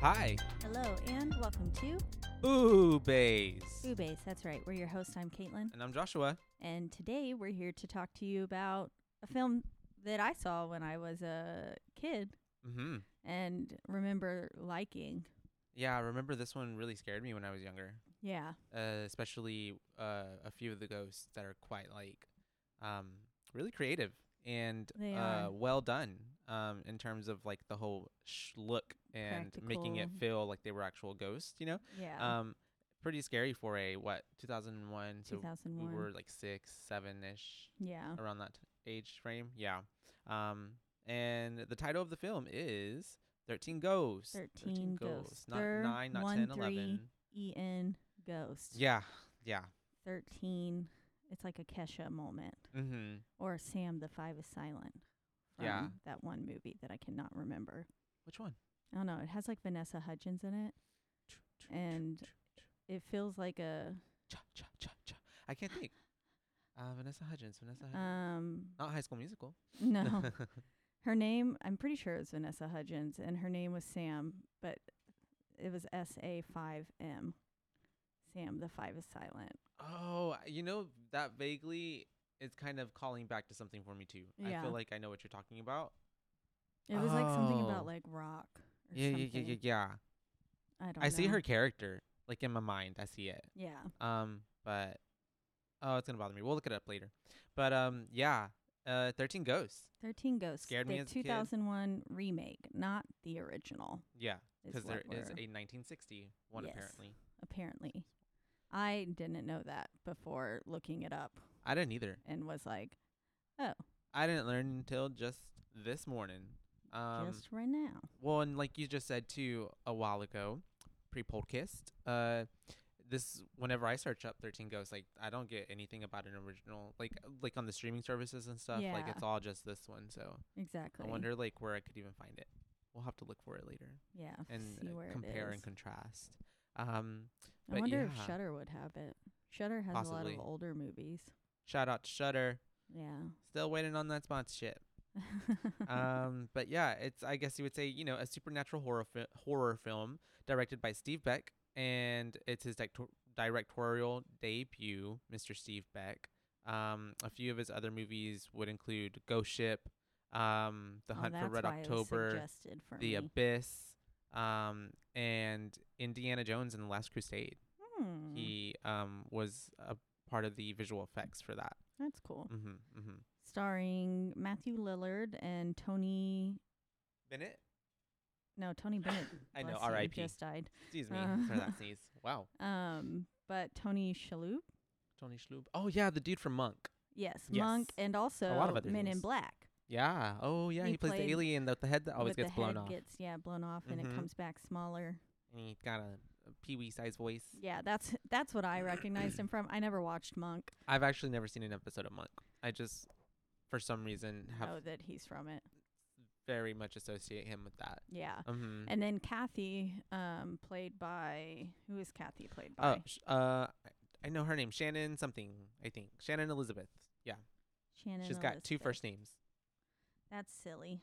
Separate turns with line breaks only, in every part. Hi.
Hello and welcome to
Ooh, bays.
Boobies. That's right. We're your hosts. I'm Caitlin.
And I'm Joshua.
And today we're here to talk to you about a film that I saw when I was a kid
Mm-hmm.
and remember liking.
Yeah, I remember this one really scared me when I was younger,
Yeah.
uh, especially uh, a few of the ghosts that are quite like um, really creative and
They
uh,
are.
well done um, in terms of like the whole sh- look and making it
Practical.
feel like they were actual ghosts, you know?
Yeah.
Um, pretty scary for a what, 2001? So
2001.
we were like six, seven ish.
yeah.
around that age frame. Yeah. Um, and the title of the film is 13 Ghosts.
13 Ghosts.
Not
Thir-
9, not
one,
10,
three.
11.
E N Ghost.
Yeah. Yeah.
13. It's like a Kesha moment
Mm-hmm.
or Sam the Five is Silent. From
Yeah.
That one movie that I cannot remember.
Which one?
I don't know. It has like Vanessa Hudgens in it. And It feels like a
Cha, cha, cha, cha. I can't think. Uh, Vanessa Hudgens. Vanessa Hudgens.
um
not High School Musical.
no. Her name, I'm pretty sure it was Vanessa Hudgens, and her name was Sam, but it was S A five M. Sam, the five is silent.
oh, I- you know, that vaguely is kind of calling back to something for me, too. I
Yeah.
feel like I know what you're talking about.
It was like something about
Oh.
like rock. Or
Yeah, yeah,
something.
yeah, yeah, yeah.
I don't.
I see
know.
her character, like in my mind. I see it.
Yeah,
Um, but oh, it's gonna bother me. We'll look it up later. But um, yeah, uh, Thirteen Ghosts.
Thirteen Ghosts.
Scared
the
me as a kid.
2001 remake, not the original.
Yeah,
Is
because there
what
is
we're-
a 1960 one
Yes.
apparently.
Apparently, I didn't know that before looking it up,
I didn't either.
and was like, "Oh,
I didn't learn until just this morning. Um,
just right now."
well, and like you just said too a while ago, pre-podcast. Uh, this whenever I search up Thirteen Ghosts, like I don't get anything about an original, like uh, like on the streaming services and stuff. Like
Yeah.
it's all just this one. So
Exactly.
I wonder like where I could even find it. We'll have to look for it later.
Yeah.
and
see
uh,
where
compare
it is.
and contrast. Um,
I
But
wonder
yeah.
if Shutter would have it. Shutter has a lot
Possibly.
of older movies.
shout out to Shutter.
Yeah.
Still waiting on that sponsorship. um, but yeah, it's I guess you would say you know a supernatural horror fi- horror film directed by Steve Beck, and it's his dictor- directorial debut, Mr. Steve Beck. Um, a few of his other movies would include Ghost Ship, um, The
Oh,
Hunt for
that's
Red
why it was
October,
suggested for
The uh,
me.
Abyss, um, and Indiana Jones and the Last Crusade.
Hmm,
he um was a part of the visual effects for that.
that's cool.
Mm-hmm, mm-hmm.
Starring Matthew Lillard and Tony.
Bennett,
No, Tony Bennett.
I know,
bless you,
R.I.P..
Just died.
excuse me
Uh,
for that sneeze. Wow,
Um, but Tony Shalhoub.
Tony Shalhoub. Oh yeah, the dude from Monk.
Yes, Monk,
Yes.
and also
other
Men in
things.
Black.
Yeah. Oh yeah,
He
he, plays the
played
alien with the head that always
but
gets
the head
blown off,
Gets yeah blown off, and it
Mhm.
comes back smaller.
and he got a, a pee-wee size voice.
Yeah, that's that's what I recognized him from. I never watched Monk.
I've actually never seen an episode of Monk. I just, for some reason, have
Know that he's from it.
very much associate him with that.
Yeah.
Mm-hmm.
And then Kathy, um, played by who is Kathy played by?
Oh, sh- uh, I- I know her name, Shannon something. I think Shannon Elizabeth.
Shannon.
She's got two
Elizabeth.
first names.
That's silly.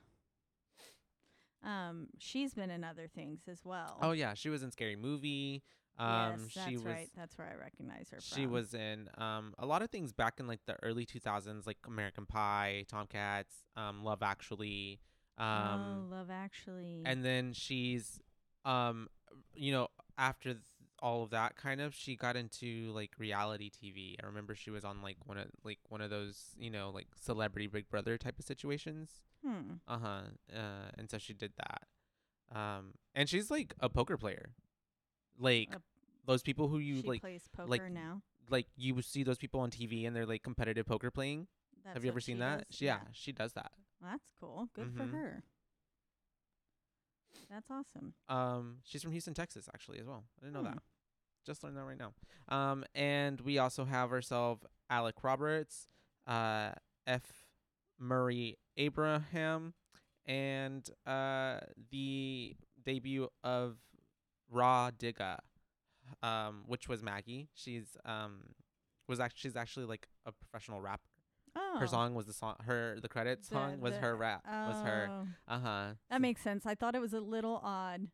Um, she's been in other things as well.
Oh yeah, she was in Scary Movie. Um,
yes, that's
she was
right. That's where I recognize her.
She
from.
was in um, a lot of things back in like the early 2000s, like American Pie, Tomcats, um, Love Actually, um,
oh, Love Actually.
and then she's, um, you know, after th- all of that, kind of, she got into like reality TV. I remember she was on like one of like one of those, you know, like Celebrity Big Brother type of situations.
hmm.
Uh-huh. Uh And so she did that. Um, and she's like a poker player, like
A-
those people who you
she
like
plays poker
like,
now.
like you see those people on TV and they're like competitive poker playing.
That's
Have you ever
what
seen
she
that?
does?
She, yeah, she does that.
Well, that's cool. Good for
Mhm.
her. That's awesome.
Um, she's from Houston, Texas, actually, as well. I didn't know
Hmm.
that. Just learned that right now. Um, and we also have ourselves Alec Roberts, uh, F. Murray Abraham, and uh, the debut of Raw Digga, um, which was Maggie. She's um, was actually she's actually like a professional rapper.
Oh.
Her song was the song. Her the credit
The-
song was
the-
her rap. Was her.
Oh,
Uh huh.
That makes sense. I thought it was a little odd.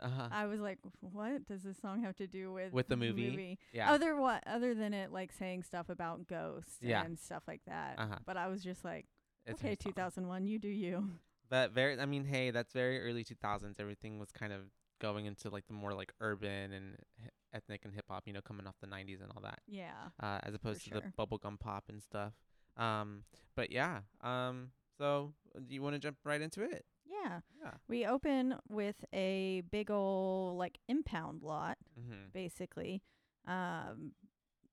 Uh huh.
I was like, what does this song have to do with
With the movie? Yeah.
Other what other than it like saying stuff about ghosts
Yeah.
and stuff like that.
Uh-huh.
But I was just like,
It's her
okay,
song.
2001, you do you.
But very, I mean, hey, that's very early 2000s. Everything was kind of going into like the more like urban and h- ethnic and hip hop, you know, coming off the 90s and all that,
Yeah.
uh, as opposed to
sure.
the bubblegum pop and stuff. Um, but yeah, um, so uh, do you want to jump right into it?
Yeah.
Yeah.
We open with a big ol' like impound lot
Mm-hmm.
basically um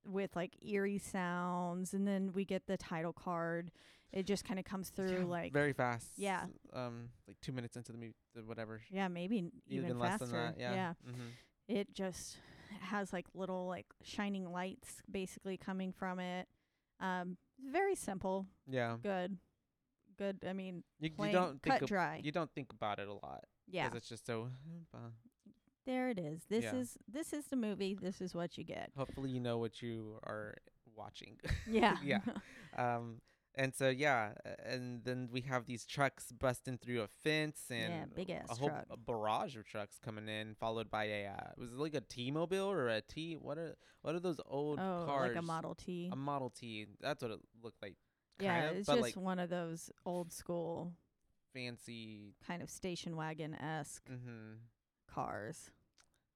with like eerie sounds and then we get the title card. It just kind of comes through like
very fast.
yeah.
Um, like two minutes into the movie, the whatever. sh-
yeah, maybe n- even,
less
faster.
than that. Yeah.
yeah.
Mm-hmm.
it just has like little like shining lights basically coming from it. Um, very simple,
Yeah.
good, good. I mean,
You,
plain,
you don't think
cut
ab-
dry.
you don't think about it a lot
yeah,
'cause it's just so.
there it is. This
Yeah.
is this is the movie. This is what you get.
Hopefully, you know what you are watching.
Yeah,
Yeah. Um, and so yeah, uh, and then we have these trucks busting through a fence and
Yeah, big ass
a whole
truck.
a barrage of trucks coming in, followed by a uh, was it like a T-mobile or a T? What are what are those old
oh,
cars?
like a Model T.
A Model T. That's what it looked like.
yeah,
kind of,
it's
but
just
like
one of those old school
fancy.
kind of station wagon esque
Mm-hmm.
cars.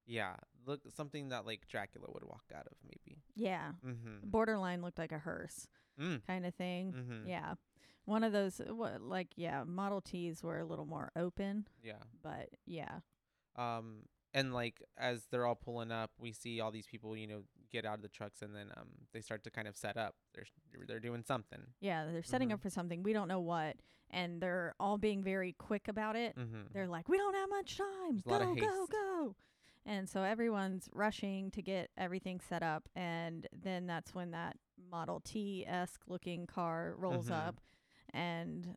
Yeah, look something that like Dracula would walk out of maybe.
Yeah,
Mm-hmm.
borderline looked like a hearse
Mm.
kind of thing.
Mm-hmm.
Yeah. One of those, uh, what, like, yeah, Model Ts were a little more open,
Yeah.
but yeah.
Um, and like as they're all pulling up, we see all these people, you know, get out of the trucks, and then um, they start to kind of set up. They're s- they're- they're doing something.
Yeah, they're setting
Mhm.
up for something. We don't know what. And they're all being very quick about it.
Mm-hmm.
They're like, we don't have much time.
There's a lot
go,
of
go,
haste."
go. And so everyone's rushing to get everything set up. And then that's when that Model T esque looking car rolls
Mhm.
up. And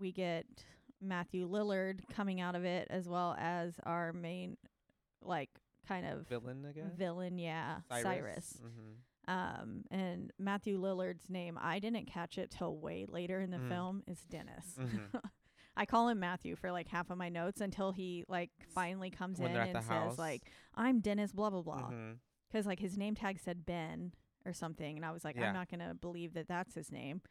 we get Matthew Lillard coming out of it, as well as our main, like, kind of
Villain again.
villain, yeah, Cyrus.
Mm-hmm.
Um, and Matthew Lillard's name, I didn't catch it till way later in the
Mm.
film, is Dennis.
Mhm.
I call him Matthew for like half of my notes until he like finally comes
When
in
they're at
and
the
says
house.
like, "I'm Dennis," blah blah blah,
Mhm.
'cause like his name tag said Ben or something, and I was like,
Yeah.
"I'm not gonna believe that that's his name,"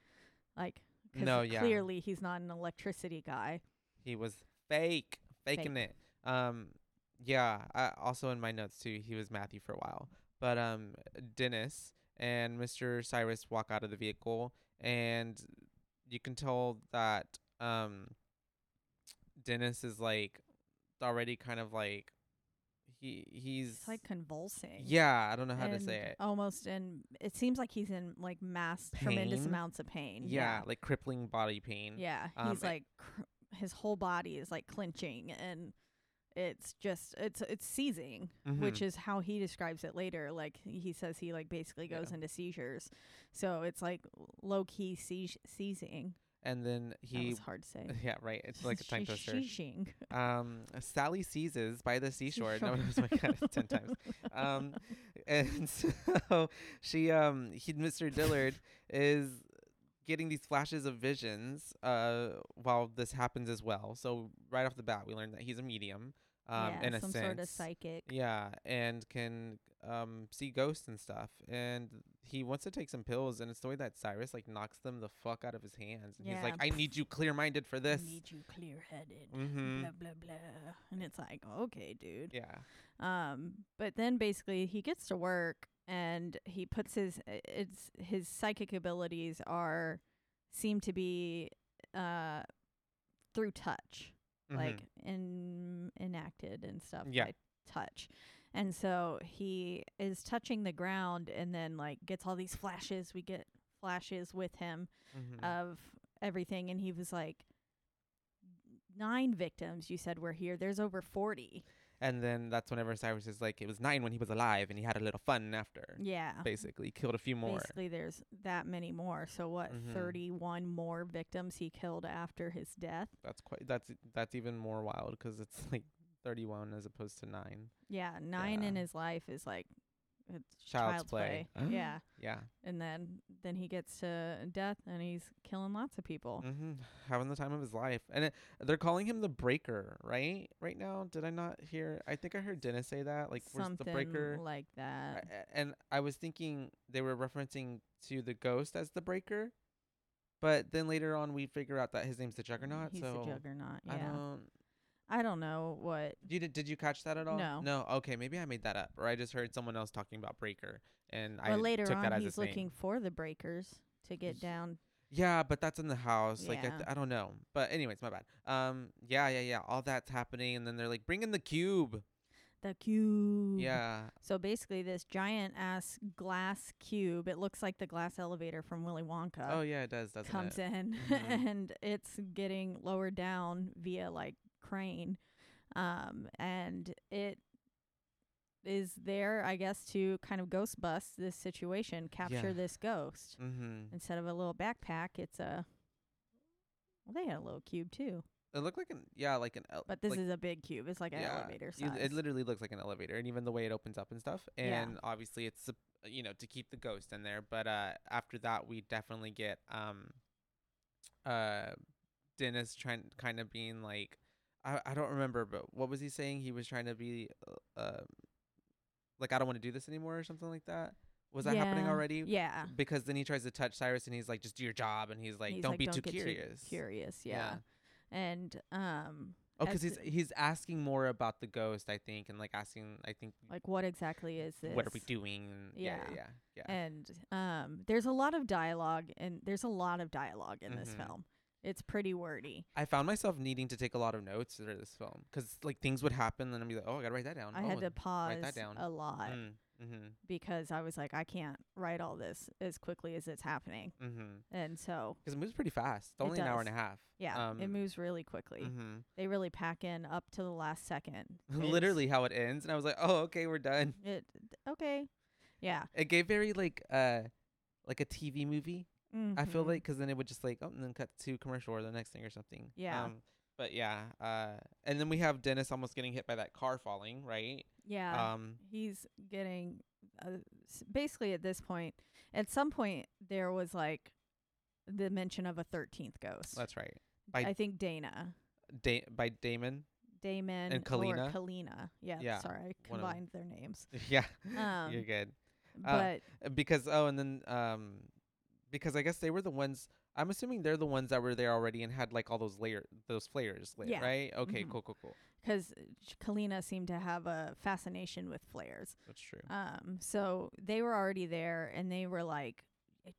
like, 'cause
No, yeah.
clearly he's not an electricity guy.
He was fake, faking it. Um, yeah. I, also in my notes too, he was Matthew for a while, but um, Dennis and Mr. Cyrus walk out of the vehicle, and you can tell that um, Dennis is like already kind of like he he's
It's like convulsing.
yeah. I don't know how to
and
say it.
Almost, and it seems like he's in like mass tremendous
Pain?
amounts of pain.
Yeah, like crippling body pain.
Yeah,
Um,
he's
a-
like cr- his whole body is like clenching and it's just it's it's seizing, which
Mhm.
is how he describes it later. Like he says he like basically
Yeah.
goes into seizures. So it's like low key seiz- seizing.
and then
that
he
was hard to say.
yeah right. It's like a tongue twister.
Sheezing.
um, Sally seizes by the seashore. No, that was my god, it's ten times. Um, and so she, um, he, Mr. Dillard is getting these flashes of visions uh, while this happens as well. So right off the bat, we learn that he's a medium um,
yeah,
in a
some
sense.
sort of psychic.
Yeah, and can um see ghosts and stuff. And he wants to take some pills, and it's the way that Cyrus like knocks them the fuck out of his hands. And He's like,
Yeah.
"I need you clear-minded for this."
I need you clear headed.
Mm-hmm.
Blah blah blah. And it's like, okay, dude.
Yeah.
Um, but then basically he gets to work and he puts his i- it's his psychic abilities are seem to be uh through touch,
mhm.
like in enacted and stuff
Yeah.
by touch. And so he is touching the ground and then like gets all these flashes. We get flashes with him
Mhm.
of everything and he was like nine victims you said were here. There's over 40.
and then that's whenever Cyrus is like, it was nine when he was alive, and he had a little fun after.
Yeah.
Basically, he killed a few more.
Basically there's that many more. So what
Mhm.
31 more victims he killed after his death.
That's quite. That's that's even more wild 'cause it's like thirty-one as opposed to nine.
Yeah, 9
Yeah.
in his life is like it's
Child's
child's,
play.
play. yeah.
Yeah.
And then then he gets to death and he's killing lots of people.
hmm Having the time of his life, and it, they're calling him the Breaker, right? Right now, did I not hear? I think I heard Dennis say that. Like, where's the
Something
Breaker?
like
I-
that.
a- and I was thinking they were referencing to the Ghost as the Breaker, but then later on we figure out that his name's the Juggernaut.
He's
so
a juggernaut. Yeah.
I don't.
I don't know what.
You did? Did you catch that at all?
No.
No. Okay, maybe I made that up, or I just heard someone else talking about Breaker, and I
Well, later
took that
on,
as
he's
his name.
looking for the breakers to get
Ye-
down.
Yeah, but that's in the house. Like I,
Yeah.
th- I don't know. But anyways, my bad. Um, yeah, yeah, yeah. All that's happening, and then they're like, bring in the cube.
The cube.
Yeah,
So basically, this giant ass glass cube, it looks like the glass elevator from Willy Wonka,
Oh yeah, it does, doesn't
comes
it?
in
Mhm.
and it's getting lowered down via like crane. Um, and it is there, I guess, to kind of ghost bust this situation, capture
Yeah.
this ghost.
Mm-hmm.
Instead of a little backpack, it's a. Well, they had a little cube too.
It looked like an yeah, like an. ele-
But this
like,
is a big cube. It's like an elevator
you-
size.
It literally looks like an elevator, and even the way it opens up and stuff.
Yeah.
And obviously, it's sup- you know to keep the ghost in there. But uh, after that, we definitely get um, uh, Dennis trying kind of being like, I I don't remember, but what was he saying? He was trying to be, uh, um, like I don't want to do this anymore or something like that. Was that happening
Yeah.
already?
yeah.
Because then he tries to touch Cyrus, and he's like, "Just do your job," and he's like,
He's
"Don't be
"Don't
too
get
curious."
curious, yeah.
Yeah.
And um,
Oh,
As
because he's
the-
he's asking more about the ghost, I think, and like asking, I think,
like what exactly is this?
what are we doing? and Yeah, yeah,
Yeah.
yeah. yeah.
And um, there's a lot of dialogue, and there's a lot of dialogue in this
Mhm.
film. It's pretty wordy.
I found myself needing to take a lot of notes for this film because like things would happen, and I'd be like, oh, I gotta write that down.
I
oh,
had to
and-
pause
that down.
a lot
Mm, mm-hmm,
because I was like, I can't write all this as quickly as it's happening.
mm-hmm.
And so,
Because it moves pretty fast.
It
Only an hour and a
does.
half.
yeah, it
Um,
moves really quickly.
Mm-hmm.
They really pack in up to the last second. It's-
Literally how it ends, and I was like, oh, okay, we're done.
It okay. Yeah.
It gave very like uh like a TV movie. I feel
mhm.
like because then it would just like oh and then cut to commercial or the next thing or something.
Yeah.
Um, but yeah, uh, and then we have Dennis almost getting hit by that car falling, right?
Yeah.
Um,
he's getting uh, s- basically at this point at some point there was like the mention of a 13th ghost
that's right.
I,
I-
think dana
Da- by Damon.
damon
And
or
Kalina?
kalina yeah,
Yeah,
sorry i
one of 'em.
combined their names
yeah,
um
you're good. uh,
but
Because oh, and then um, because I guess they were the ones. I'm assuming they're the ones that were there already and had like all those layer those flares lit,
Yeah.
right? Okay,
Mhm.
cool, cool, cool.
because kalina seemed to have a fascination with flares
That's true.
um so they were already there and they were like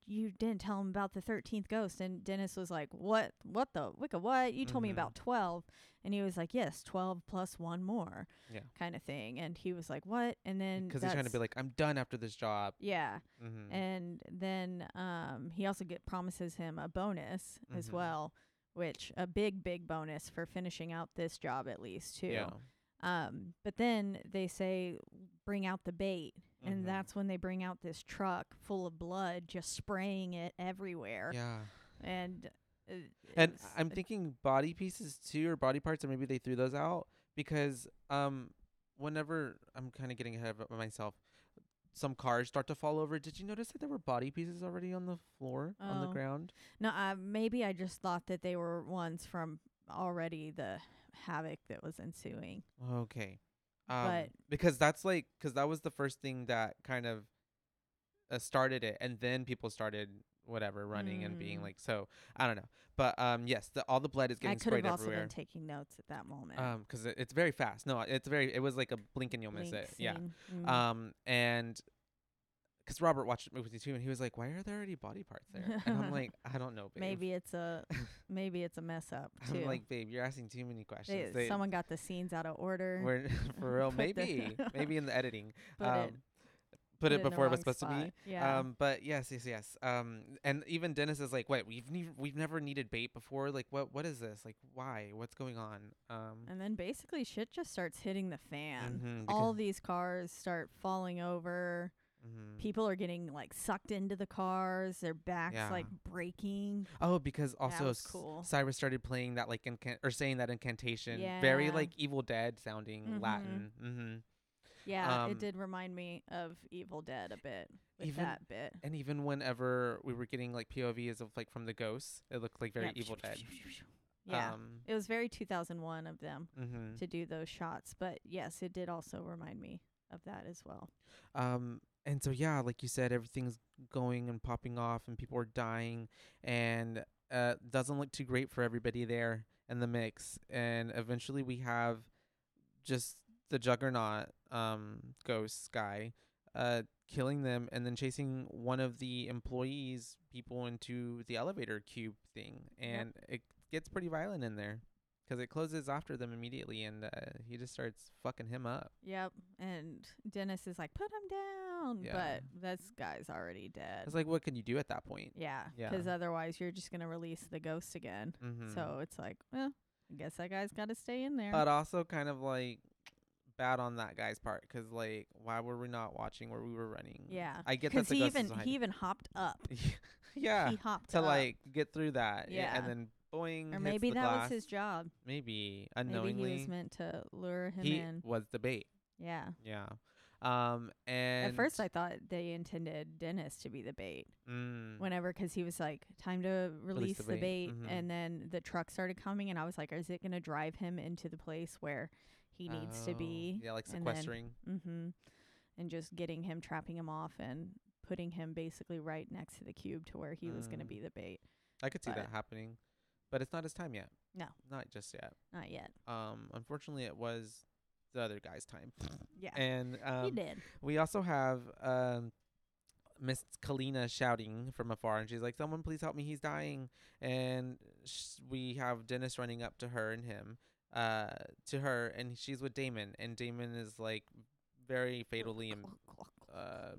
you didn't tell him about the 13th ghost and dennis was like what what the wicca what you told me
Mhm.
about 12 and he was like yes 12 plus one more
Yeah.
kind of thing and he was like what and then
Because he's trying to be like,
that's-
I'm done after this job.
yeah
Mm-hmm.
and then um he also get promises him a bonus as
Mhm.
well which a big big bonus for finishing out this job at least too
yeah.
um but then they say bring out the bait
Mhm.
and that's when they bring out this truck full of blood just spraying it everywhere
Yeah.
and uh,
And
it's-
I'm thinking body pieces too, or body parts, or maybe they threw those out because um, whenever I'm kind of getting ahead of myself, some cars start to fall over. Did you notice that there were body pieces already on the floor on the
Oh.
ground?
no uh, maybe i just thought that they were ones from already the havoc that was ensuing
Okay, um,
But-
because that's like because that was the first thing that kind of uh, started it, and then people started whatever running and being
Mm.
like, so I don't know, but um, yes, the, all the blood is
i
getting
could have
sprayed
also
everywhere.
been taking notes at that moment
Um, 'cause it, it's very fast. No, it's very. It Uh, was like a blink and you'll miss
Link
it. Yeah.
scene. Mm.
Um, and because Robert watched it with me too, and he was like, "Why are there already body parts there?" And I'm like, "I don't know, babe."
Maybe it's a maybe it's a mess up
I'm
too.
like, "Babe, you're asking too many questions."
They-
They-
someone got the scenes out of order.
we're- for real,
put the-
maybe, maybe in the editing.
put
um,
it,
put
put
it,
it in the
before it was
wrong
supposed to
spot.
be.
Yeah.
Um, but yes, yes, yes. Um, and even Dennis is like, "Wait, we've ne- we've never needed bait before. Like, what what is this? Like, why? What's going on?" Um,
and then basically shit just starts hitting the fan.
mhm,
All
because-
these cars start falling over.
mhm.
People are getting like sucked into the cars. Their backs
Yeah.
like breaking.
Oh, because also
was
S-
cool.
Cyrus started playing that like incan- or saying that incantation, very
Yeah.
like Evil Dead sounding
Mhm.
Latin. Mm-hmm.
Yeah,
Um,
it did remind me of Evil Dead a bit with
even-
that bit.
And even whenever we were getting like POVs of like from the ghosts, it looked like very
Yeah.
Evil Dead.
Yeah,
Um,
it was very 2001 of them
mhm.
to do those shots, but yes, it did also remind me of that as well.
Um, and so yeah, like you said, everything's going and popping off, and people are dying, and uh, doesn't look too great for everybody there in the mix. And eventually, we have just the juggernaut, um, ghost guy, uh, killing them, and then chasing one of the employees' people into the elevator cube thing, and it gets pretty violent in there. 'Cause it closes after them immediately, and uh, he just starts fucking him up.
Yep, and Dennis is like, "Put him down,"
Yeah.
but this guy's already dead.
It's like, what can you do at that point?
Yeah. 'Cause
Yeah.
otherwise you're just gonna release the ghost again.
Mm-hmm.
So it's like, well, I guess that guy's got to stay in there.
but also kind of like bad on that guy's part 'cause like why were we not watching where we were running
Yeah,
i get that
Because
the
he
ghost is
even
behind
he even hopped up.
you. yeah
he hopped
to
up.
like get through that yeah
Yeah.
and then boing
or
hits
maybe
the
that
glass.
was his job.
maybe
Maybe he
unknowingly
was meant to lure him
he
in.
was the bait
Yeah.
yeah um and
At first, I thought they intended Dennis to be the bait.
mm,
Whenever, because he was like, "Time to release,
the
the bait,",
bait. Mhm.
and then the truck started coming, and I was like, "Is it gonna drive him into the place where he needs to
oh,
be?"
yeah like
and then-
sequestering
Mm-hmm. And just getting him, trapping him off, and putting him basically right next to the cube to where he was going to
Mm.
be the bait.
i could see
but-
that happening but it's not his time yet
No.
not just yet
Not yet.
um unfortunately it was the other guy's time
Yeah.
and um
he did.
We also have um, Miss Kalina shouting from afar, and she's like, "Someone, please help me! He's dying!" And sh- we have Dennis running up to her and him, uh, to her, and she's with Damon, and Damon is like very fatally im- uh,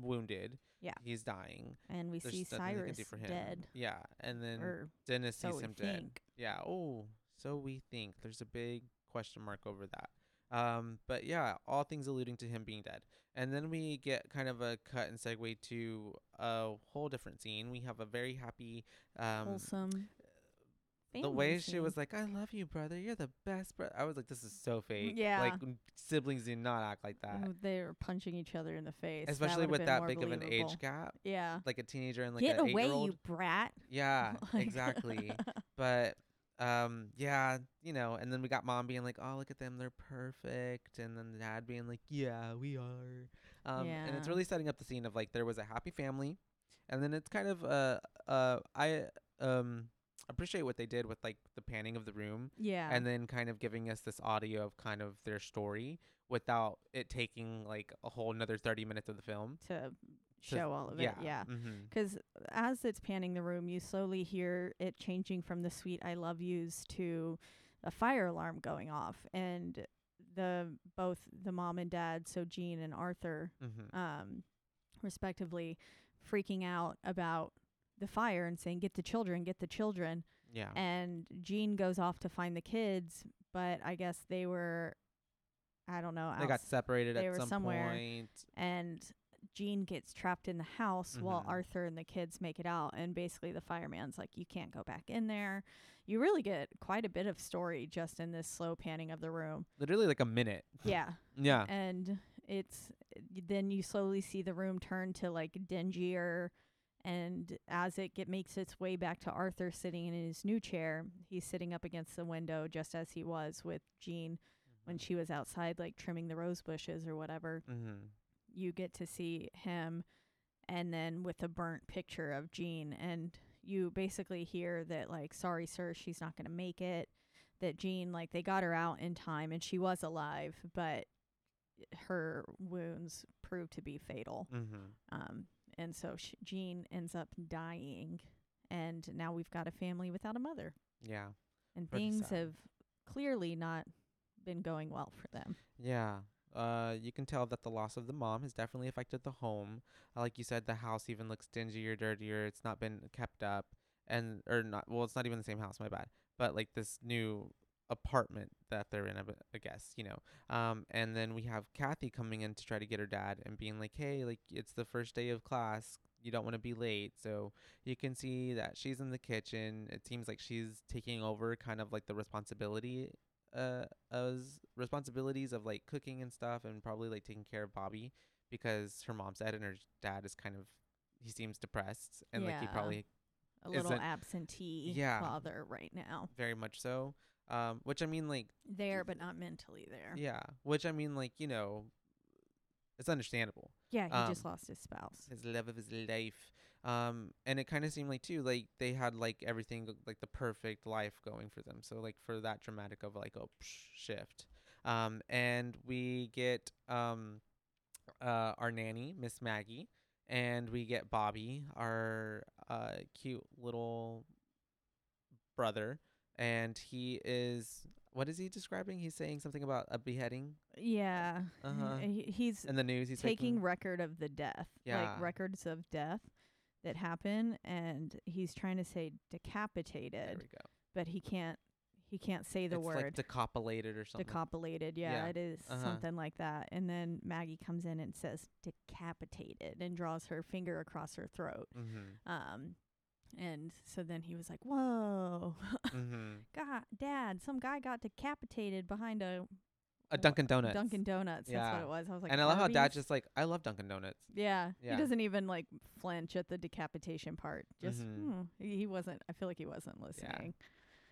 wounded.
Yeah.
he's dying.
And we
uh,
see
nothing they can
Cyrus
do for him.
dead.
Yeah, and then
Or
Dennis
so
sees
we
him
think.
dead. Yeah. Oh, so we think there's a big question mark over that. Um, but yeah, all things alluding to him being dead. And then we get kind of a cut and segue to a whole different scene. We have a very happy um
Wholesome.
the way
family
she was
scene.
like, I love you, brother. You're the best brother. I was like, this is so fake.
Mm, Yeah.
Like n- siblings do not act like that.
Mm, they were punching each other in the face.
Especially
would've
with
been
that
more
big of an
believable.
age gap.
Yeah.
Like a teenager and like
Get
an
away,
eight-year-old.
you brat.
Yeah,
Like-
exactly. but um yeah you know and then we got mom being like oh look at them they're perfect and then dad being like yeah we are um and it's
Yeah.
really setting up the scene of like there was a happy family and then it's kind of uh uh i um appreciate what they did with like the panning of the room
yeah.
and then kind of giving us this audio of kind of their story without it taking like a whole another 30 minutes of the film
to show all of it. Yeah.
mhm.
Because as it's panning the room, you slowly hear it changing from the sweet I love yous to a fire alarm going off. And the both the mom and dad, so Jean and Arthur,
Mhm.
um, respectively, freaking out about the fire and saying, Get the children, get the children.
yeah
And Jean goes off to find the kids, but I guess they were, I don't know,
they got
outs-
separated
they
at
were
some
somewhere.
point
and Jean gets trapped in the house while
Mhm.
Arthur and the kids make it out. And basically, the fireman's like, You can't go back in there. You really get quite a bit of story just in this slow panning of the room.
literally like a minute
Yeah.
yeah
And it's then you slowly see the room turn to like dingier. And as it get, makes its way back to Arthur sitting in his new chair, he's sitting up against the window just as he was with Jean when she was outside, like trimming the rose bushes or whatever.
Mm-hmm.
you get to see him and then with a burnt picture of Jean and you basically hear that like sorry sir she's not going to make it that Jean like they got her out in time and she was alive but her wounds prove to be fatal.
Mm-hmm.
Um, and so sh- Jean ends up dying, and now we've got a family without a mother,
Yeah.
and
Pretty
things
sad.
have clearly not been going well for them.
Yeah. Uh, you can tell that the loss of the mom has definitely affected the home. Uh, Like you said, the house even looks dingier, dirtier. It's not been kept up, and or not. Well, it's not even the same house. My bad. But like this new apartment that they're in, I bu- I guess you know. Um, and then we have Kathy coming in to try to get her dad and being like, "Hey, like it's the first day of class. You don't want to be late." So you can see that she's in the kitchen. It seems like she's taking over kind of like the responsibility uh as responsibilities of like cooking and stuff and probably like taking care of Bobby because her mom's dead and her dad is kind of he seems depressed and like he
Yeah.
probably
A little
Isn't-
absentee
Yeah.
father right now.
very much so um which I mean like
There, but not mentally there.
yeah which I mean like you know it's understandable
Yeah, he just
Um,
lost his spouse.
his love of his life um and it kind of seemed like too like they had like everything g- like the perfect life going for them so like for that dramatic of like a shift um and we get um uh our nanny miss maggie and we get bobby our uh cute little brother and he is what is he describing he's saying something about a beheading
Yeah,
uh-huh.
he, he's
in the news he's
taking
making-
record of the death,
Yeah.
like records of death that happen, and he's trying to say
there
decapitated,
we go
but he can't. He can't say the
it's
word.
like decopilated or something
Decopilated, yeah,
Yeah,
it is
uh-huh.
something like that. And then Maggie comes in and says decapitated and draws her finger across her throat.
mm-hmm.
Um, and so then he was like, "Whoa,
Mm-hmm.
God, Dad, some guy got decapitated behind a
A
Wha-
Dunkin' Donuts.
Dunkin' Donuts." That's
Yeah.
what it was. I was like,
and I love how Dad
"Arby's?"
just like, I love Dunkin' Donuts.
Yeah,
Yeah.
he doesn't even like flinch at the decapitation part. Just
Mhm.
hmm, he he wasn't. I feel like he wasn't listening.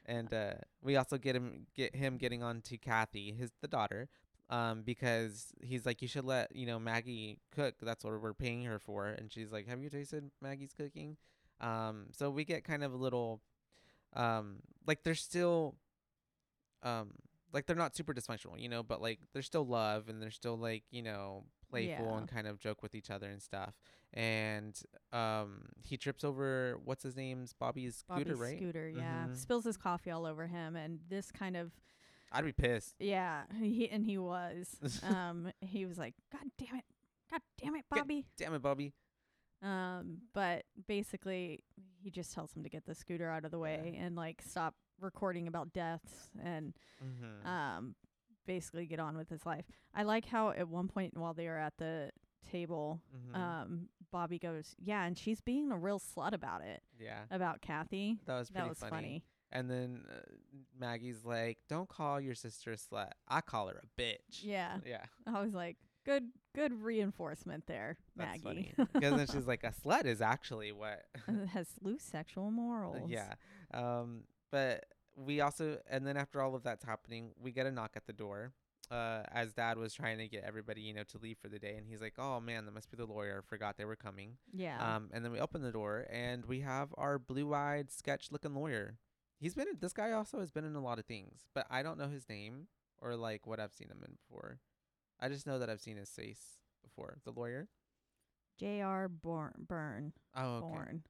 And uh, we also get him get him getting on to Kathy, his the daughter, um, because he's like, you should let you know Maggie cook. That's what we're paying her for. And she's like, Have you tasted Maggie's cooking? Um, so we get kind of a little, um, like they're still, um, like they're not super dysfunctional, you know, but like there's still love and they're still like you know playful
Yeah.
and kind of joke with each other and stuff. And um, he trips over what's his name's Bobby's scooter,
Bobby's
right?
Scooter, yeah,
Mhm.
spills his coffee all over him, and this kind of
I'd be pissed.
Yeah, he and he was. um, he was like, "God damn it, God damn it,
Get-
Bobby."
Damn it, Bobby.
Um, but basically, he just tells him to get the scooter out of the way and like stop recording about deaths and
Mm-hmm.
um, basically get on with his life. I like how at one point while they are at the table,
Mm-hmm.
um, Bobby goes, "Yeah," and she's being a real slut about it
yeah,
about Kathy.
that was pretty
That was funny.
funny. And then uh, Maggie's like, "Don't call your sister a slut. I call her a bitch."
Yeah,
yeah,
I was like, "Good, good reinforcement there,
that's
Maggie."
funny. Because then she's like, "A slut is actually what."
and it has loose sexual morals.
Uh, yeah, um, but we also, and then after all of that's happening, we get a knock at the door. Uh, as Dad was trying to get everybody, you know, to leave for the day, and he's like, "Oh man, that must be the lawyer. Forgot they were coming."
Yeah.
Um, and then we open the door and we have our blue-eyed, sketch-looking lawyer. He's been in, this guy also has been in a lot of things, but I don't know his name or like what I've seen him in before. I just know that I've seen his face before. The lawyer.
J.R. Born, Byrne.
Oh, okay. Born.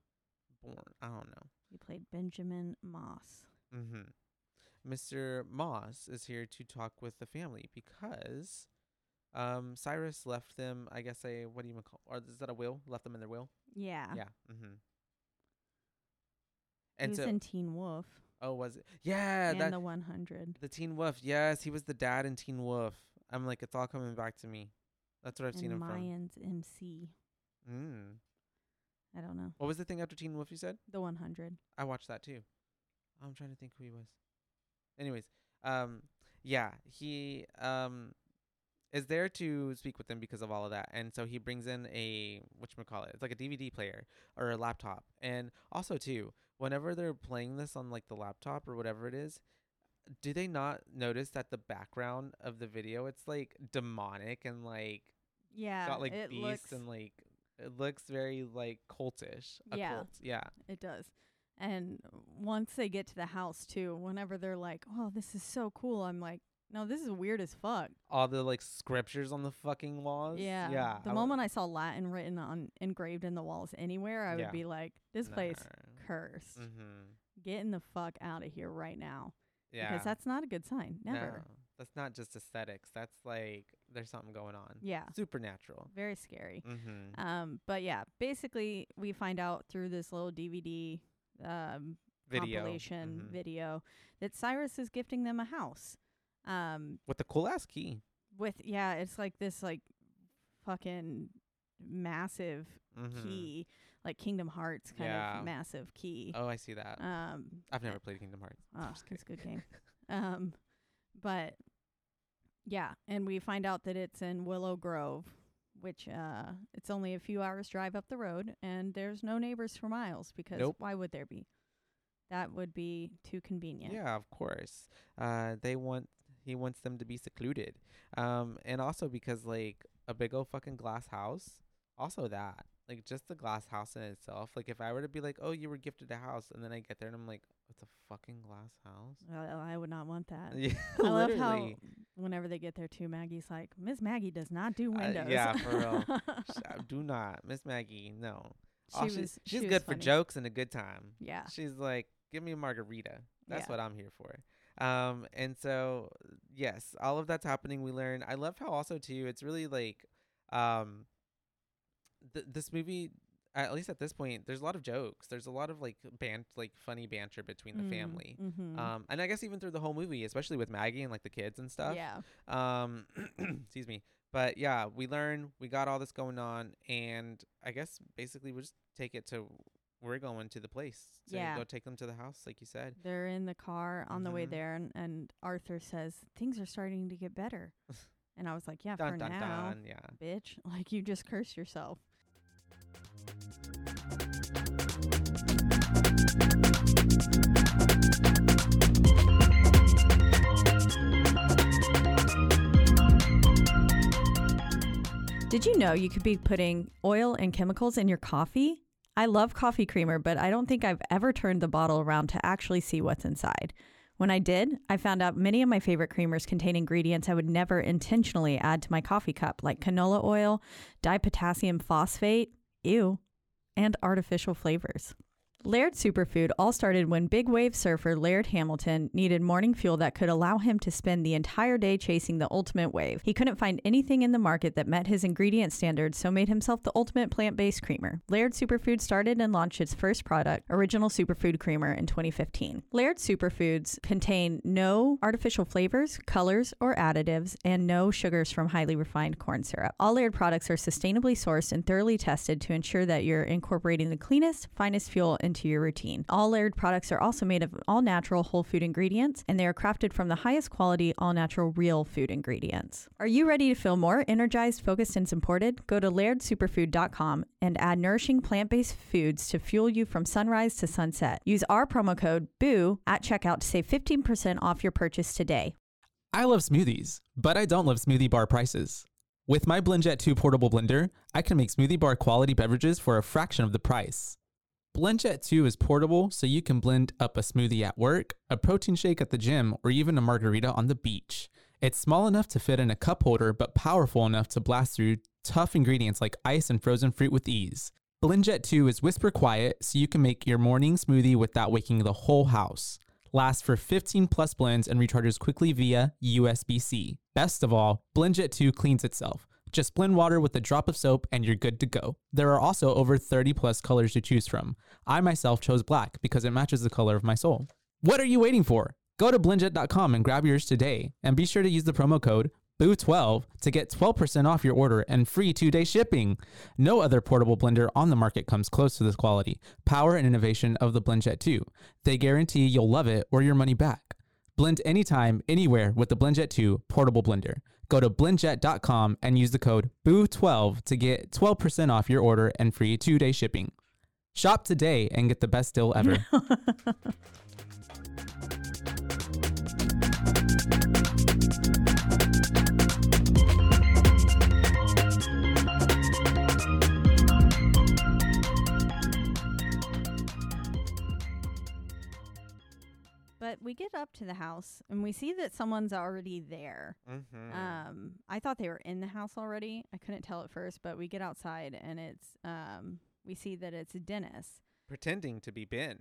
Bourne.
I don't know.
He played Benjamin Moss.
Mm-hmm. Mr. Moss is here to talk with the family because um, Cyrus left them. I guess a what do you call? Or is that a will? Left them in their will.
Yeah.
Yeah. Mm-hmm.
he
And
was
so,
in Teen Wolf
oh, was it? Yeah,
and
that
The 100.
The Teen Wolf, yes, he was the dad in Teen Wolf. I'm like, it's all coming back to me. That's what I've seen
and
him
Mayans MC.
from. Mm.
I don't know.
What was the thing after Teen Wolf you said?
The 100.
I watched that too. I'm trying to think who he was. Anyways, um, yeah, he um is there to speak with them because of all of that, and so he brings in a whatchamacallit, it's like a DVD player or a laptop, and also too, whenever they're playing this on like the laptop or whatever it is. Do they not notice that the background of the video it's like demonic and like
Yeah.
got like
it
beasts
looks,
and like it looks very like cultish,
Yeah.
occult. Yeah.
It does. And once they get to the house, too, whenever they're like, oh, this is so cool, I'm like, No, this is weird as fuck.
All the like scriptures on the fucking walls.
Yeah.
Yeah.
The
I w-
moment I saw Latin written on engraved in the walls anywhere, I would
Yeah.
be like, this place
Nah. Mm.
cursed.
Mhm.
Getting the fuck out of here right now.
Yeah.
Because that's not a good sign. Never.
No, that's not just aesthetics. That's like there's something going on.
Yeah.
Supernatural.
Very scary.
Mm-hmm.
Um, but yeah, basically we find out through this little DVD um
Video.
compilation
mhm.
video that Cyrus is gifting them a house. Um,
With the cool ass key.
with yeah, it's like this like fucking massive
Mhm.
key, like Kingdom Hearts kind
Yeah.
of massive key.
Oh, I see that.
Um,
I've never played Kingdom Hearts. I'm
oh,
just
it's a
kidding.
good game. um, but yeah, and we find out that it's in Willow Grove, which uh, it's only a few hours drive up the road, and there's no neighbors for miles because
Nope.
why would there be? That would be too convenient.
Yeah, of course. Uh, they want he wants them to be secluded, um, and also because like a big old fucking glass house. Also that like just the glass house in itself. Like if I were to be like, oh, you were gifted a house, and then I get there and I'm like, it's a fucking glass house.
Well, I would not want that.
Yeah,
I love how
literally.
whenever they get there too, Maggie's like, Miss Maggie does not do
Uh,
windows.
yeah, for real. Sh- uh, Do not, Miss Maggie. No, All
she was,
she's
she was
good for
funny.
jokes and a good time.
Yeah.
She's like, give me a margarita. That's
Yeah.
what I'm here for. Um, and so yes, all of that's happening. We learn. I love how also too. It's really like, um, th- this movie. At least at this point, there's a lot of jokes. There's a lot of like ban, like funny banter between the family.
Mm-hmm.
Um, and I guess even through the whole movie, especially with Maggie and like the kids and stuff.
Yeah.
Um, excuse me. But yeah, we learn, we got all this going on, and I guess basically we'll just take it to we're going to the place. To
Yeah.
Go take them to the house, like you said.
They're in the car on the way
Mhm.
there, and, and Arthur says, Things are starting to get better. and I was like, Yeah,
Dun
for
dun
now,
dun. Yeah.
bitch. Like, you just cursed yourself. Did you know you could be putting oil and chemicals in your coffee? I love coffee creamer, but I don't think I've ever turned the bottle around to actually see what's inside. When I did, I found out many of my favorite creamers contain ingredients I would never intentionally add to my coffee cup, like canola oil, dipotassium phosphate, ew, and artificial flavors. Laird Superfood all started when big wave surfer Laird Hamilton needed morning fuel that could allow him to spend the entire day chasing the ultimate wave. He couldn't find anything in the market that met his ingredient standards, so made himself the ultimate plant based creamer. Laird Superfood started and launched its first product, Original Superfood Creamer, in 2015. Laird Superfoods contain no artificial flavors, colors, or additives, and no sugars from highly refined corn syrup. All Laird products are sustainably sourced and thoroughly tested to ensure that you're incorporating the cleanest, finest fuel into your routine. All Laird products are also made of all natural whole food ingredients, and they are crafted from the highest quality, all natural, real food ingredients. Are you ready to feel more energized, focused, and supported? Go to lairdsuperfood.com and add nourishing plant based foods to fuel you from sunrise to sunset. Use our promo code BOO at checkout to save 15% off your purchase today.
I love smoothies, but I don't love smoothie bar prices. With my BlendJet 2 portable blender, I can make smoothie bar quality beverages for a fraction of the price. BlendJet 2 is portable, so you can blend up a smoothie at work, a protein shake at the gym, or even a margarita on the beach. It's small enough to fit in a cup holder, but powerful enough to blast through tough ingredients like ice and frozen fruit with ease. BlendJet 2 is whisper quiet, so you can make your morning smoothie without waking the whole house lasts for 15 plus blends and recharges quickly via USB-C. Best of all, BlendJet 2 cleans itself. Just blend water with a drop of soap and you're good to go. There are also over 30 plus colors to choose from. I myself chose black because it matches the color of my soul. What are you waiting for? Go to blendjet.com and grab yours today and be sure to use the promo code BOO12 to get 12% off your order and free 2-day shipping. No other portable blender on the market comes close to this quality, power and innovation of the BlendJet 2. They guarantee you'll love it or your money back. Blend anytime, anywhere with the BlendJet 2 portable blender. Go to blendjet.com and use the code BOO12 to get 12% off your order and free 2-day shipping. Shop today and get the best deal ever.
But we get up to the house and we see that someone's already there.
Mm-hmm.
Um, I thought they were in the house already. I couldn't tell at first, but we get outside and it's um, we see that it's Dennis
Pretending to be Ben,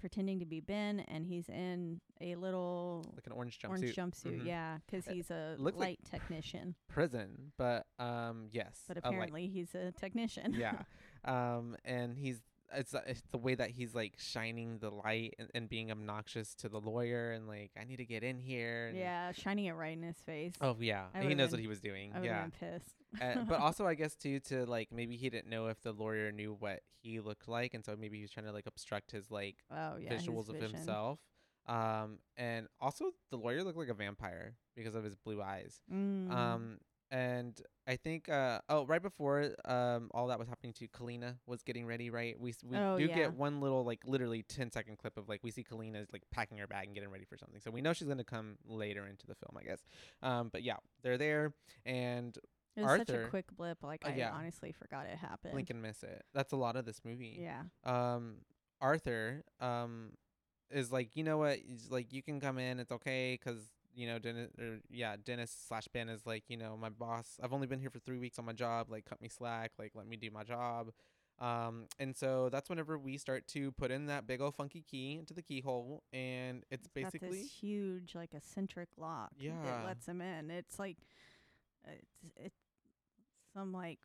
pretending to be Ben, and he's in a little
like an orange jumpsuit.
orange jumpsuit.
Mhm.
Yeah, 'cause
It
he's a
looks
light
like-
technician,
Prison, but um, yes.
but
a light-
apparently he's a technician.
yeah. Um, and he's it's, uh, it's the way that he's like shining the light and, and being obnoxious to the lawyer and like I need to get in here. And
yeah, shining it right in his face.
Oh yeah,
I
he
would've
knows what
been-
he was doing.
I would
yeah.
have been pissed.
uh, but also I guess too to like maybe he didn't know if the lawyer knew what he looked like, and so maybe he was trying to like obstruct his like
Oh yeah, his
visuals of
vision.
himself. Um, and also the lawyer looked like a vampire because of his blue eyes.
Mm.
Um, and I think uh oh right before um all that was happening to Kalina was getting ready right we s- we
Oh,
do
yeah.
get one little like literally ten second clip of like we see Kalina's like packing her bag and getting ready for something so we know she's gonna come later into the film I guess um but yeah they're there and
it was such
Arthur-
a quick blip. Like
Oh,
I
yeah.
honestly forgot it happened.
blink and miss it that's a lot of this movie
Yeah.
um Arthur um is like you know what he's like you can come in it's okay 'cause you know Dennis or yeah Dennis slash Ben is like you know my boss I've only been here for three weeks on my job like cut me slack like let me do my job um and so that's whenever we start to put in that big old funky key into the keyhole and it's
It's got
basically
this huge like eccentric lock
Yeah.
that lets him in. It's like it's it's some like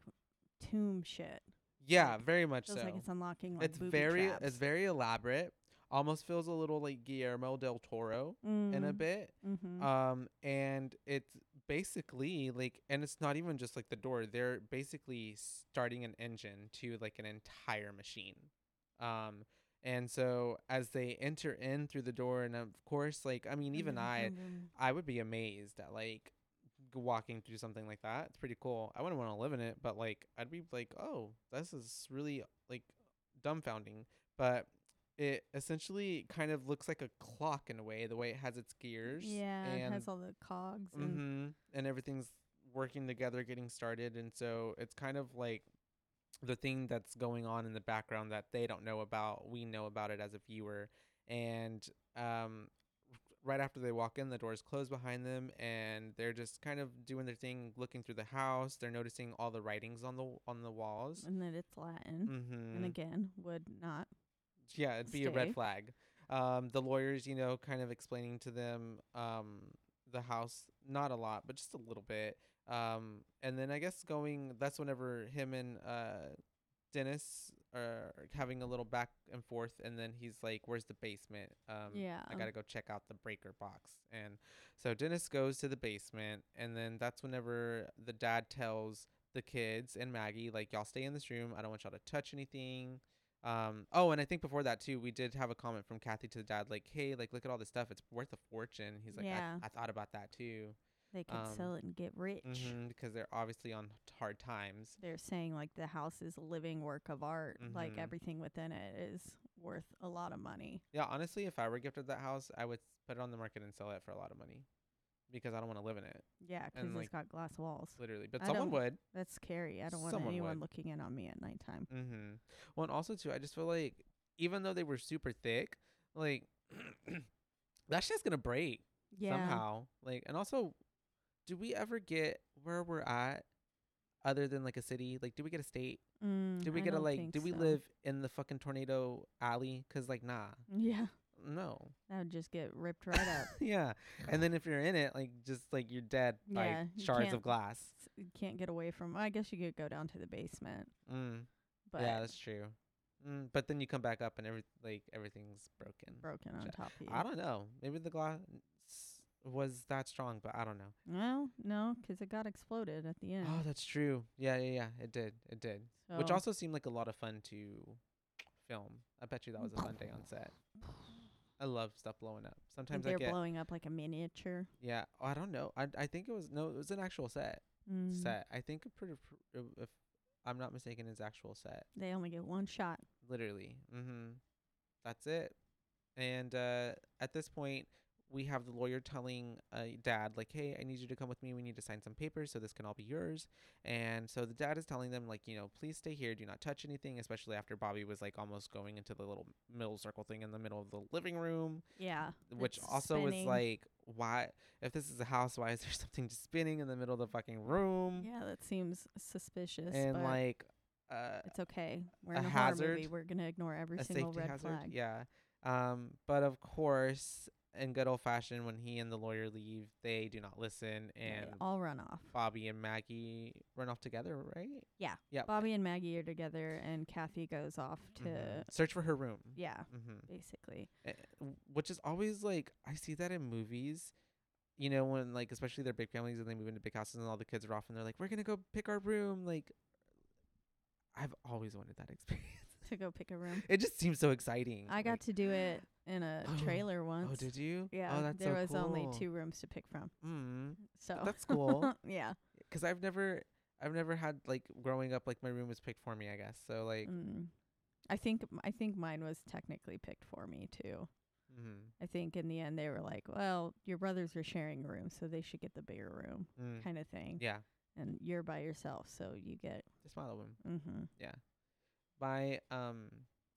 tomb shit.
yeah
like,
very much
Feels
so
like it's unlocking like
it's
booby
very
traps.
it's very elaborate almost feels a little like Guillermo del Toro in a
Mm,
bit
mhm.
Um, and it's basically like, and it's not even just like the door. They're basically starting an engine to like an entire machine. Um, and so as they enter in through the door, and of course, like I mean,
Mm-hmm.
even I, I would be amazed at like g- walking through something like that. It's pretty cool. I wouldn't want to live in it, but like I'd be like, oh, this is really like dumbfounding. But it essentially kind of looks like a clock in a way, the way it has its gears.
yeah, it
and
has all the cogs and
hmm and everything's working together, getting started, and so it's kind of like the thing that's going on in the background that they don't know about. We know about it as a viewer, and um, right after they walk in, the doors close behind them, and they're just kind of doing their thing, looking through the house. They're noticing all the writings on the on the walls.
and then it's Latin.
Mm-hmm
And again, would not.
yeah, it'd be a red
Stay.
flag. Um, the lawyers, you know, kind of explaining to them um, the house, not a lot, but just a little bit. Um, and then I guess going, that's whenever him and uh, Dennis are having a little back and forth. And then he's like, Where's the basement? Um,
yeah.
I gotta go check out the breaker box. And so Dennis goes to the basement, and then that's whenever the dad tells the kids and Maggie, like, y'all stay in this room. I don't want y'all to touch anything. Um, oh, and I think before that too, we did have a comment from Kathy to the dad, like, hey, like, look at all this stuff. It's worth a fortune. He's like,
Yeah.
I, I thought about that too,
they could
um,
sell it and get rich.
Mhm, because they're obviously on hard times.
They're saying like the house is a living work of art. Like
Mhm.
everything within it is worth a lot of money.
Yeah, honestly, if I were gifted that house, I would put it on the market and sell it for a lot of money, because I don't want to live in it,
Yeah, 'cause
And, like,
it's got glass walls.
literally. But
I
someone
don't-
would.
That's scary. I don't want
Someone would.
anyone looking in on me at nighttime.
Mm-hmm. Well, and also too, I just feel like even though they were super thick, like that shit's gonna break
Yeah.
somehow. Like, and also, do we ever get where we're at, other than like a city? Like, do we get a state?
Mm,
Do we
I
get a
don't
like?
think
Do we
so.
live in the fucking tornado alley? Cause like, nah,
Yeah,
no.
that would just get ripped right up.
yeah, and then if you're in it, like, just like you're dead
Yeah,
by
you
shards of
can't-
glass.
S- You can't get away from. I guess you could go down to the basement,
Mm.
but
yeah, that's true. Mm, but then you come back up and every like everything's broken.
broken on
Sh-
top of you.
I don't know. Maybe the glass was that strong, but I don't know.
well, no, 'cause it got exploded at the end.
Oh, that's true. Yeah, yeah, yeah. It did. It did. Which
so-
also seemed like a lot of fun to film. I bet you that was a fun day on set. I love stuff blowing up.
think
Sometimes I
they're
get
blowing up like a miniature.
yeah. Oh, I don't know. I I think it was no. It was an actual set.
Mm.
Set. I think a pretty. pr- If if I'm not mistaken, it's actual set.
They only get one shot.
literally mm-hmm. that's it and uh, at this point we have the lawyer telling uh, dad like hey i need you to come with me we need to sign some papers so this can all be yours and so the dad is telling them like you know please stay here do not touch anything especially after bobby was like almost going into the little middle circle thing in the middle of the living room
Yeah.
which
it's
also was
spinning.
like why if this is a house why is there something just spinning in the middle of the fucking room
Yeah, that seems suspicious.
and
but
like uh
it's okay. We're
a
in a, horror movie.
hazard,
We're gonna ignore every
a
single
safety
red
hazard.
flag.
Yeah. Um, but of course, in good old fashion, when he and the lawyer leave, they do not listen,
They
and
all run off.
Bobby and Maggie run off together, right?
Bobby and Maggie are together, and Kathy goes off to
Mhm. Search for her room.
yeah,
Mm-hmm.
basically.
Uh, w- which is always like I see that in movies. You know, when like especially their big families and they move into big houses and all the kids are off and they're like, "We're gonna go pick our room." Like, I've always wanted that experience.
To go pick a room.
It just seems so exciting.
I got
Like,
to do it in a
Oh,
trailer once.
Oh, did you?
Yeah,
Oh, that's
there
so
was only
cool.
two rooms to pick from.
Mm.
So
That's cool.
yeah.
Cause I've never, I've never had like growing up like my room was picked for me. I guess so. Like,
Mm. I think I think mine was technically picked for me too.
mm-hmm.
I think in the end they were like, "Well, your brothers are sharing a room, so they should get the bigger room,"
mm.
kind of thing.
yeah,
And you're by yourself, so you get.
the smaller one.
Mm-hmm.
My um,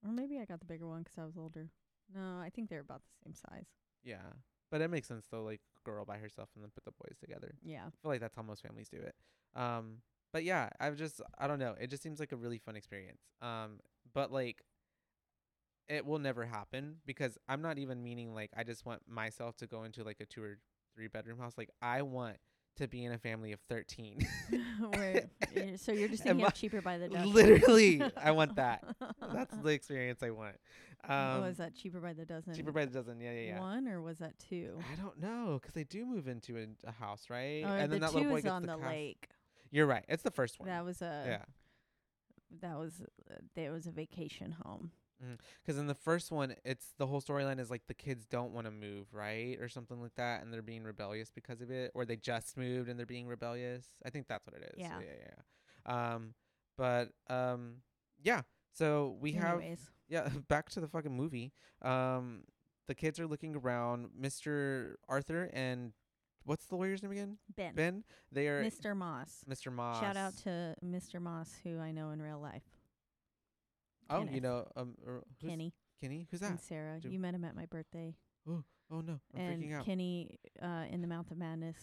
Or maybe I got the bigger one 'cause I was older. No, I think they're about the same size.
yeah, but it makes sense though. Like, girl by herself and then put the boys together.
Yeah.
I feel like that's how most families do it. Um, but yeah, I've just, I don't know. It just seems like a really fun experience. Um, but like, it will never happen because I'm not even meaning like I just want myself to go into like a two or three bedroom house. Like, I want to be in a family of thirteen.
Where, yeah, so you're just
Am
thinking of
I-
cheaper by the dozen.
Literally, I want that. That's the experience I want. Um,
what was Oh, that cheaper by the dozen?
Cheaper by the dozen. Yeah, yeah, yeah.
one or was that two?
I don't know because they do move into a, a house, right?
Or the two is on the,
cast-
lake.
You're right. It's the first one.
That was a
yeah,
that was uh, there was a vacation home.
because in the first one, it's the whole storyline is like the kids don't want to move, right, or something like that, and they're being rebellious because of it, or they just moved and they're being rebellious. I think that's what it is.
Yeah.
yeah, yeah. yeah. Um, but um, yeah. So we have
Anyways,
Yeah, back to the fucking movie. Um, the kids are looking around. Mr. Arthur and what's the lawyer's name again?
Ben,
Ben. They are
Mr. Moss.
Mr. Moss.
Shout out to Mr. Moss, who I know in real life.
oh, you
Kenneth.
know um or who's
Kenny
Kenny. Who's
and
that?
Sarah.
Do-
You met him at my birthday,
Oh no, I'm freaking
and
out.
Kenny uh, in the Mouth of Madness.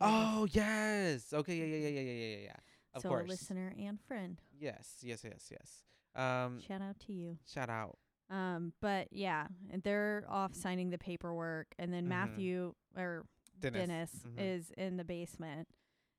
oh yes. Okay. Yeah. Yeah. Yeah. Yeah. Yeah. Yeah. Yeah. Of
so
course.
a listener and friend.
Yes. Yes. Yes. Yes. Um,
Shout out to you.
shout out.
Um, but yeah, and they're off signing the paperwork, and then
Mhm.
Matthew or
Dennis.
Dennis,
Mhm.
is in the basement,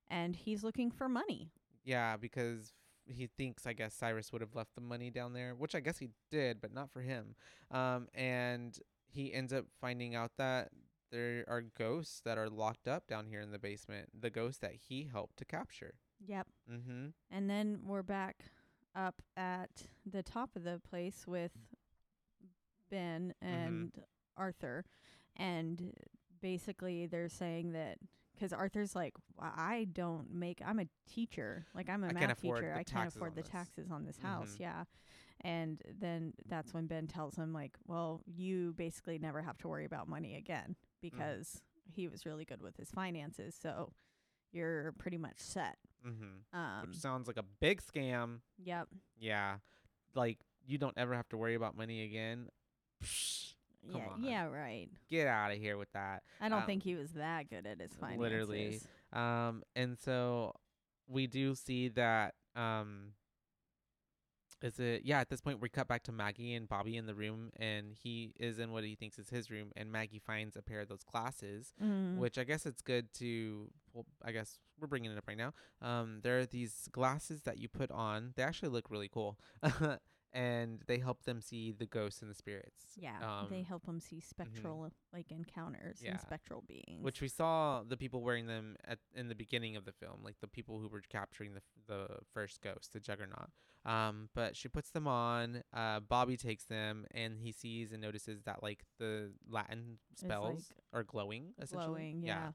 and he's looking for money.
Yeah, because he thinks I guess Cyrus would have left the money down there, which I guess he did, but not for him. Um, and he ends up finding out that there are ghosts that are locked up down here in the basement. The ghosts that he helped to capture.
Yep.
Mm-hmm.
And then we're back up at the top of the place with Ben
Mm-hmm.
and Arthur. And basically, they're saying that because Arthur's like, "Why- I don't make, I'm a teacher. Like, I'm a
I
math
can't afford
teacher.
the
I can't
taxes
afford
on
the
this."
taxes on this house.
Mhm.
Yeah. And then that's when Ben tells him, like, well, you basically never have to worry about money again
Mm.
because he was really good with his finances. So you're pretty much set.
Mm-hmm.
Um,
Which sounds like a big scam.
Yep.
Yeah. Like you don't ever have to worry about money again. Psh, Come
yeah.
on.
Yeah. Right.
Get out of here with that.
I don't
Um,
think he was that good at his finances.
literally, Um, and so we do see that. Um, is it yeah? At this point, we cut back to Maggie and Bobby in the room, and he is in what he thinks is his room, and Maggie finds a pair of those glasses,
Mm.
which I guess it's good to. Well, I guess we're bringing it up right now. Um, there are these glasses that you put on. They actually look really cool, and they help them see the ghosts and the spirits.
yeah,
um, mm-hmm.
they help him see spectral like encounters
Yeah.
and spectral beings.
which we saw the people wearing them at in the beginning of the film, like the people who were capturing the f- the first ghost, the Juggernaut. Um, but she puts them on. Uh, Bobby takes them, and he sees and notices that like the Latin
like,
spells are glowing, essentially.
glowing. Yeah.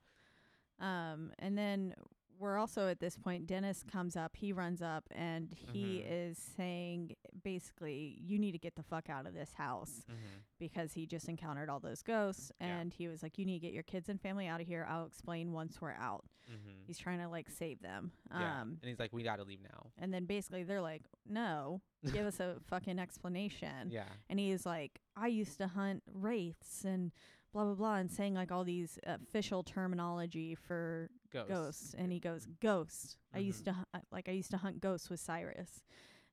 Um, and then we're also at this point. Dennis comes up, he runs up, and
Mm-hmm.
he is saying basically, "You need to get the fuck out of this house."
Mm-hmm.
because he just encountered all those ghosts
Yeah.
and he was like you need to get your kids and family out of here i'll explain once we're out
Mm-hmm.
he's trying to like save them
yeah.
um
And he's like, we gotta leave now.
and then basically they're like no give us a fucking explanation
Yeah.
and he's like i used to hunt wraiths and blah blah blah and saying like all these official terminology for
Ghosts. Mm-hmm.
ghosts and he goes ghosts i used
Mhm.
to hu- like i used to hunt ghosts with cyrus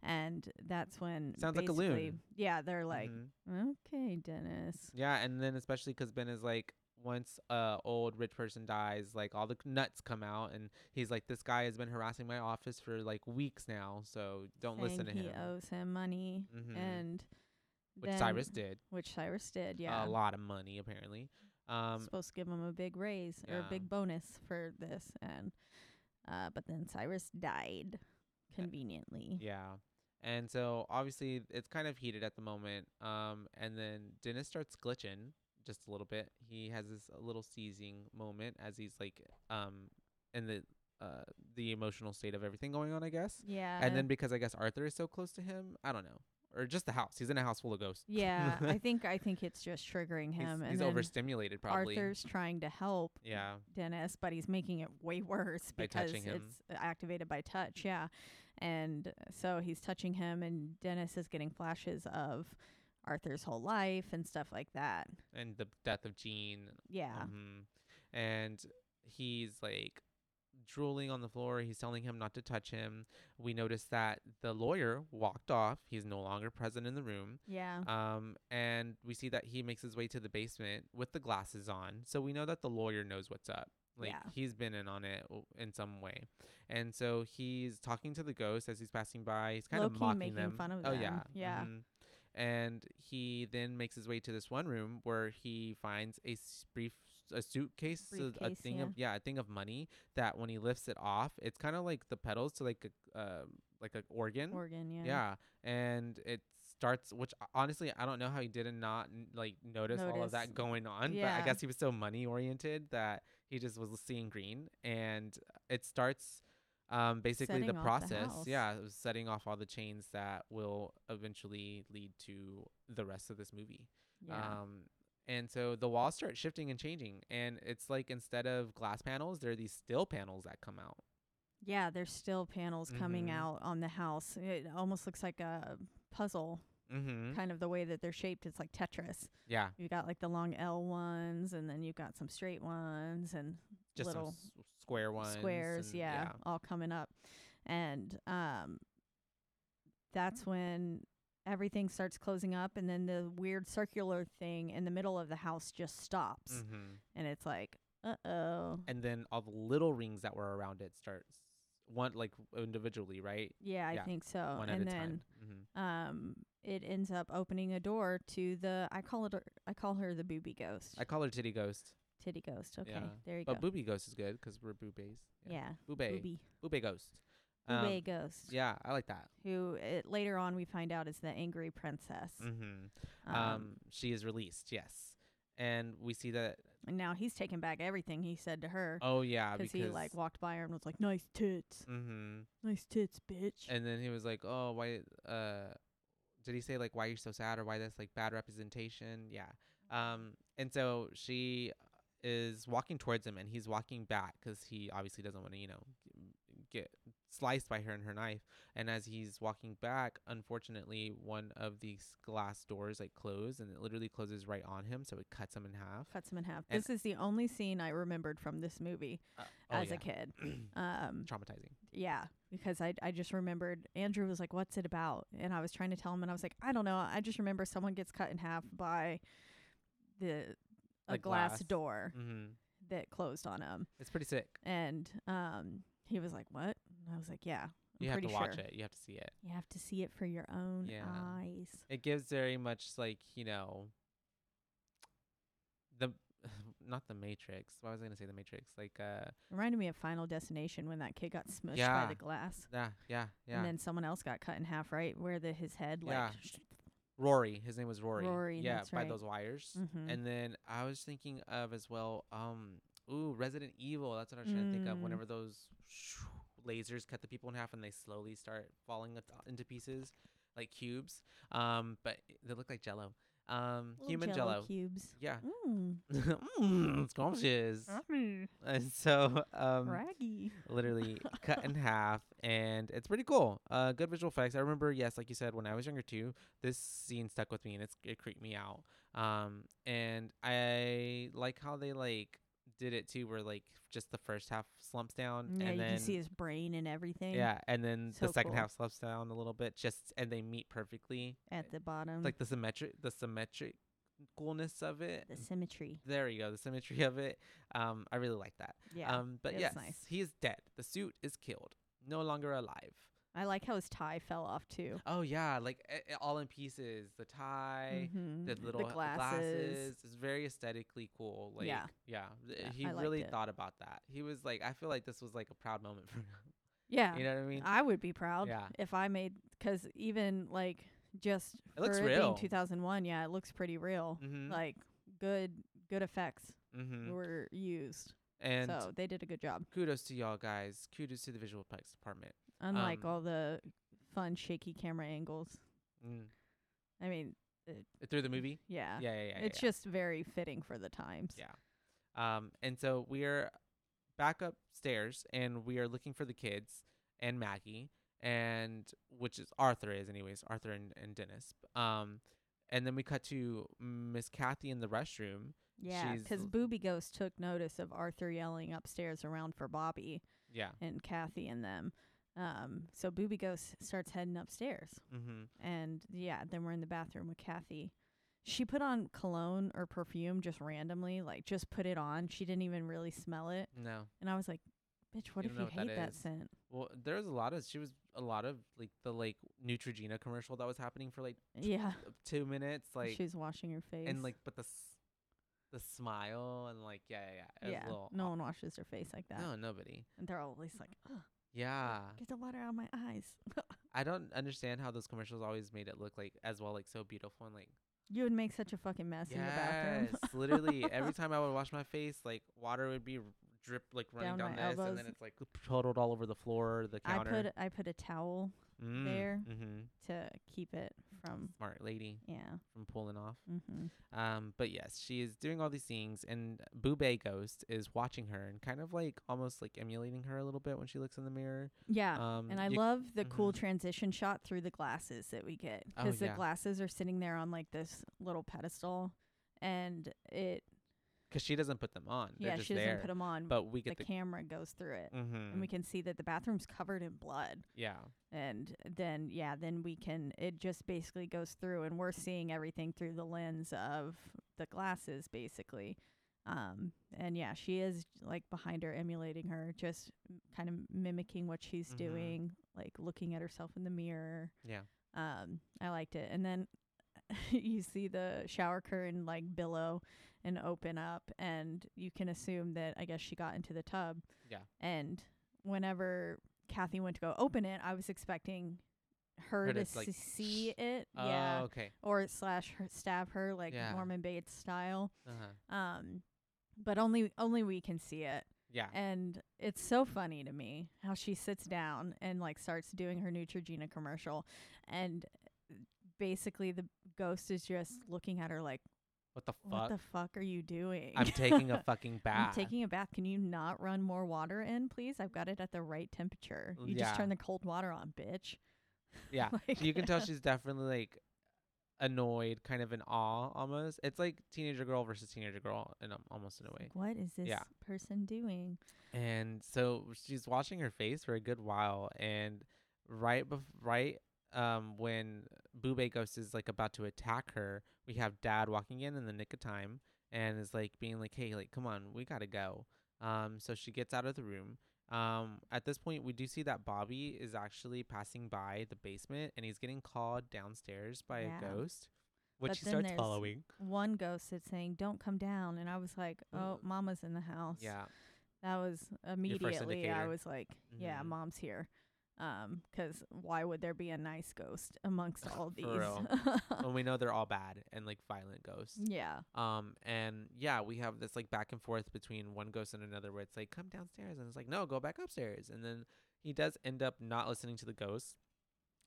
and that's when
Sounds like a
basically-
loon.
yeah they're like
Mhm.
okay dennis
Yeah, and then especially 'cause Ben is like, once a old rich person dies, like all the c- nuts come out, and he's like, this guy has been harassing my office for like weeks now, so don't listen to
saying
him.
He owes him money,
Mhm.
and
Which
then-
Cyrus did
which Cyrus did, yeah.
a lot of money apparently. Um,
supposed to give him a big raise or a
yeah.
big bonus for this, and uh, but then Cyrus died conveniently.
yeah, and so obviously it's kind of heated at the moment. Um, and then Dennis starts glitching just a little bit. He has this uh, little seizing moment as he's like, um, in the uh the emotional state of everything going on, I guess.
Yeah,
and then because I guess Arthur is so close to him, I don't know, or just the house. He's in a house full of ghosts.
yeah, I think I think it's just triggering
he's,
him, and
he's
then
overstimulated probably.
Arthur's trying to help
yeah,
Dennis, but he's making it way worse
By
because
touching him.
it's uh, activated by touch. Yeah. And so he's touching him, and Dennis is getting flashes of Arthur's whole life and stuff like that.
and the death of Jean.
Yeah.
mhm. And he's like drooling on the floor. He's telling him not to touch him. We notice that the lawyer walked off. He's no longer present in the room.
Yeah.
Um, and we see that he makes his way to the basement with the glasses on. So we know that the lawyer knows what's up. Like
Yeah.
he's been in on it w- in some way. And so he's talking to the ghost as he's passing by. He's kind
Low-key
of mocking
making
them.
fun of
oh
them.
yeah.
Yeah.
mhm. And he then makes his way to this one room where he finds a s- brief a suitcase, so a
Briefcase,
thing
yeah.
of yeah, a thing of money that when he lifts it off, it's kind of like the petals to like a um like an organ.
Oregon, yeah.
Yeah, and it starts. Which uh, honestly, I don't know how he did and not n- like notice, all of
Notice.
that going on. But
Yeah.
I guess he was so money oriented that he just was seeing green, and uh, it starts. Um, basically the
Setting off the
process,
house.
yeah, of setting off all the chains that will eventually lead to the rest of this movie.
Yeah.
Um, and so the walls start shifting and changing, and it's like instead of glass panels, there are these steel panels that come out.
yeah. There's still panels coming
Mhm.
out on the house. It almost looks like a puzzle,
Mm-hmm.
kind of the way that they're shaped. It's like Tetris.
Yeah,
You got like the long L ones, and then you've got some straight ones, and
just some
little
s- square ones,
squares,
and-
yeah, all coming up. And um that's when everything starts closing up and then the weird circular thing in the middle of the house just stops
Mm-hmm.
and it's like, "Uh-oh."
And then all the little rings that were around it starts one like individually, right?
Yeah, I
yeah,
think so.
one
Uh, and
at a
then
time. Mm-hmm.
um it ends up opening a door to the I call it I call her the booby ghost.
I call her Titty Ghost,
titty ghost. Okay.
yeah,
There you
but
go.
Booby Ghost is good 'cause we're boobies.
yeah.
Boobay,
Booby.
boobay Ghost.
Boobay
Um,
ghost.
Yeah, I like that.
Who it, later on we find out is the angry princess.
Mm-hmm. Um, she is released, yes, and we see that.
And now he's taking back everything he said to her
Oh yeah, because
'cause he like walked by her and was like, "Nice tits,
Mm-hmm.
nice tits, bitch."
And then he was like, "Oh, why? Uh, did he say like why you're so sad or why that's like bad representation?" Yeah. Um, and so she uh, is walking towards him, and he's walking back 'cause he obviously doesn't want to, you know, get sliced by her and her knife. And as he's walking back, unfortunately, one of these glass doors like close, and it literally closes right on him, so it cuts him in half.
Cuts him in half.
and-
this is the only scene I remembered from this movie
Uh,
as a kid. Um,
traumatizing.
yeah, because I I just remembered Andrew was like, "What's it about?" And I was trying to tell him, and I was like, "I don't know. I just remember someone gets cut in half by the a
Like
glass,
glass.
door
Mm-hmm.
that closed on him."
It's pretty sick.
And um, he was like, "What?" And I was like, "Yeah." I'm
You have
pretty
to watch
sure.
it. You have to see it.
You have to see it for your own
Yeah.
eyes.
it gives very much like you know the not the matrix what was i gonna say the matrix like uh
Reminded me of Final Destination when that kid got smushed by
Yeah.
the glass,
yeah yeah yeah
and then someone else got cut in half, right where the his head like.
Yeah. rory his name was rory,
Rory,
yeah
that's Mm-hmm.
by
right.
those wires
Mhm.
and then i was thinking of as well um Ooh, Resident Evil. That's what I was trying to
Mm.
think of. Whenever those lasers cut the people in half and they slowly start falling at- into pieces, like cubes. Um, but they look like Jello. Um,
Little
human
Jell-O
Jello.
cubes.
Yeah.
Mm.
mm, it's scrumptious.
Uh-huh.
And so, um,
Raggy.
literally cut in half and it's pretty cool uh good visual effects i remember yes like you said when i was younger too this scene stuck with me and it's, it creeped me out um and i like how they like did it too where like just the first half slumps down
yeah,
and
you
then
can see his brain and everything
yeah and then the
So
second
cool.
half slumps down a little bit just and they meet perfectly
at the bottom.
like the symmetric the symmetric coolness of it
the symmetry.
there you go the symmetry of it um i really like that
Yeah.
um, but
it's
yes,
nice.
he is dead. The suit is killed, no longer alive.
I like how his tie fell off too.
Oh yeah, like a- a- all in pieces. The tie,
Mhm.
the little h-
glasses.
It's very aesthetically cool. Like
Yeah.
yeah, th-
Yeah,
he
I liked
really
it.
thought about that. He was like, I feel like this was like a proud moment for him.
Yeah.
You know what I mean?
I would be proud
Yeah.
if I made because even like just
It looks
for
real.
being 2001, yeah, it looks pretty real.
mm-hmm.
Like good good effects
mm-hmm.
were used,
And
so they did a good job.
kudos to y'all guys. Kudos to the visual effects department.
Unlike
Um,
all the fun shaky camera angles.
Mm.
I mean,
Through the movie.
yeah,
Yeah, yeah, yeah.
it's
yeah.
just very fitting for the times.
Yeah. Um, and so we are back upstairs and we are looking for the kids and Maggie and which is Arthur is anyways, Arthur and, and Dennis. Um and then we cut to Miss Kathy in the restroom.
Yeah,
She's
'cause
l-
Booby Ghost took notice of Arthur yelling upstairs around for Bobby
Yeah.
and Kathy and them. Um, so Booby Ghost starts heading upstairs,
Mm-hmm.
and yeah, then we're in the bathroom with Kathy. She put on cologne or perfume just randomly, like just put it on. She didn't even really smell it,
No.
and I was like, "Bitch, what
You don't
if
know
you
what that
hate that,
is.
scent?"
Well, there was a lot of she was a lot of like the like Neutrogena commercial that was happening for like
Yeah,
two minutes, like
she was washing her face,
and like but the s- the smile and like yeah yeah yeah. It was
yeah,
a little
no
aw-
one washes their face like that,
no Ah. nobody
and they're always like, Ugh,
yeah
"Get the water out of my eyes."
I don't understand how those commercials always made it look like as well, like so beautiful and like
You would make such a fucking mess in your bathroom.
Yes, literally every time I would wash my face, like water would be r- drip like running down,
Down my
this, and then
elbows.
it's like totaled all over the floor, the
I
counter.
put I put a towel
mm,
there.
Mm-hmm.
to keep it from
Smart lady
yeah.
from pulling off.
Mm-hmm.
Um, but yes, she is doing all these things, and Boobay Ghost is watching her and kind of like almost like emulating her a little bit when she looks in the mirror.
Yeah.
um,
and I
you-
love the cool
mhm.
transition shot through the glasses that we get
Oh,
because the
yeah.
glasses are sitting there on like this little pedestal, and it
cause she doesn't put them on. They're
yeah
just
she doesn't
there.
put them on,
But we
the,
get the,
camera goes through it,
mm-hmm.
and we can see that the bathroom's covered in blood,
yeah.
and then yeah, then we can it just basically goes through, and we're seeing everything through the lens of the glasses basically. Um, and yeah, she is like behind her, emulating her, just m- kind of mimicking what she's
Mhm.
doing, like looking at herself in the mirror.
Yeah.
Um, I liked it. And then you see the shower curtain like billow and open up, and you can assume that I guess she got into the tub.
Yeah.
And whenever Kathy went to go open it, I was expecting her,
Her
to,
to, like,
s- see it.
Oh,
yeah
okay.
or slash her, stab her like
Yeah.
Norman Bates style.
Uh-huh.
Um, but only only we can see it,
Yeah.
and it's so funny to me how she sits down and like starts doing her Neutrogena commercial, and basically the ghost is just looking at her like,
What the
"What
fuck?
the fuck are you doing?"
I'm taking a fucking bath.
I'm taking a bath. Can you not run more water in, please? I've got it at the right temperature. You
Mm, Yeah.
just turn the cold water on, bitch.
yeah.
Like-
You can tell she's definitely like annoyed, kind of in awe almost. It's like teenager girl versus teenager girl in a, almost in a way.
Like, what is this
Yeah.
person doing?
And so she's watching her face for a good while and right bef- right um when Boobay Ghost is like about to attack her, we have dad walking in in the nick of time and is like being like, "Hey, like come on, we got to go." Um so she gets out of the room. Um at this point we do see that Bobby is actually passing by the basement and he's getting called downstairs by
Yeah.
a ghost which
But
he
then
starts
there's-
following.
one ghost that's saying, "Don't come down," and I was like, "Oh,
Ugh.
mama's in the house."
Mm. Yeah.
that was immediately. I
indicator.
was like, "Yeah,
Mhm.
mom's here." Um, 'cause why would there be a nice ghost amongst all these?
real. when we know they're all bad and like violent ghosts.
yeah.
Um, and yeah, we have this like back and forth between one ghost and another where it's like, come downstairs. And it's like, no, go back upstairs. And then he does end up not listening to the ghost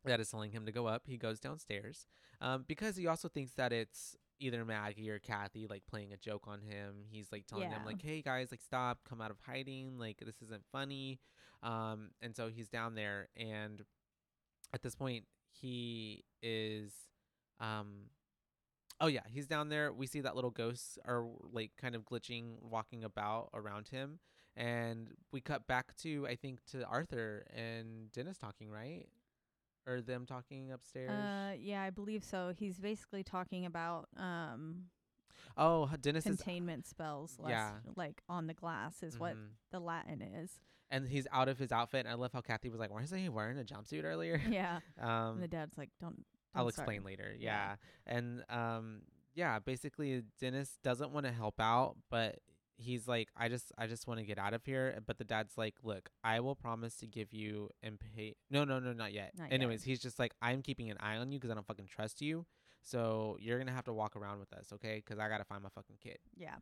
that is telling him to go up. He goes downstairs um, because he also thinks that it's either Maggie or Kathy like playing a joke on him. He's like telling them,
Yeah.
like, hey guys, like, stop, come out of hiding. Like, this isn't funny. Um, and so he's down there. And at this point, he is. Um, Oh yeah, he's down there. We see that little ghosts are like kind of glitching, walking about around him, and we cut back to I think to Arthur and Dennis talking, right? Or them talking upstairs.
Uh, yeah, I believe so. He's basically talking about um
oh, h- Dennis is
containment spells, less,
yeah.
like on the glass is what
Mhm.
the Latin is.
and he's out of his outfit. And I love how Kathy was like, "Why isn't he wearing a jumpsuit earlier?"
Yeah,
Um,
and the dad's like, "Don't."
I'll
don't start."
explain later. Yeah.
Yeah.
And um yeah, basically Dennis doesn't want to help out, but he's like I just I just want to get out of here, but the dad's like, "Look, I will promise to give you and pay No, no, no, not yet.
Not yet.
Anyways, he's just like, "I'm keeping an eye on you cuz I don't fucking trust you." So you're gonna have to walk around with us, okay? Because I gotta find my fucking kid.
Yeah,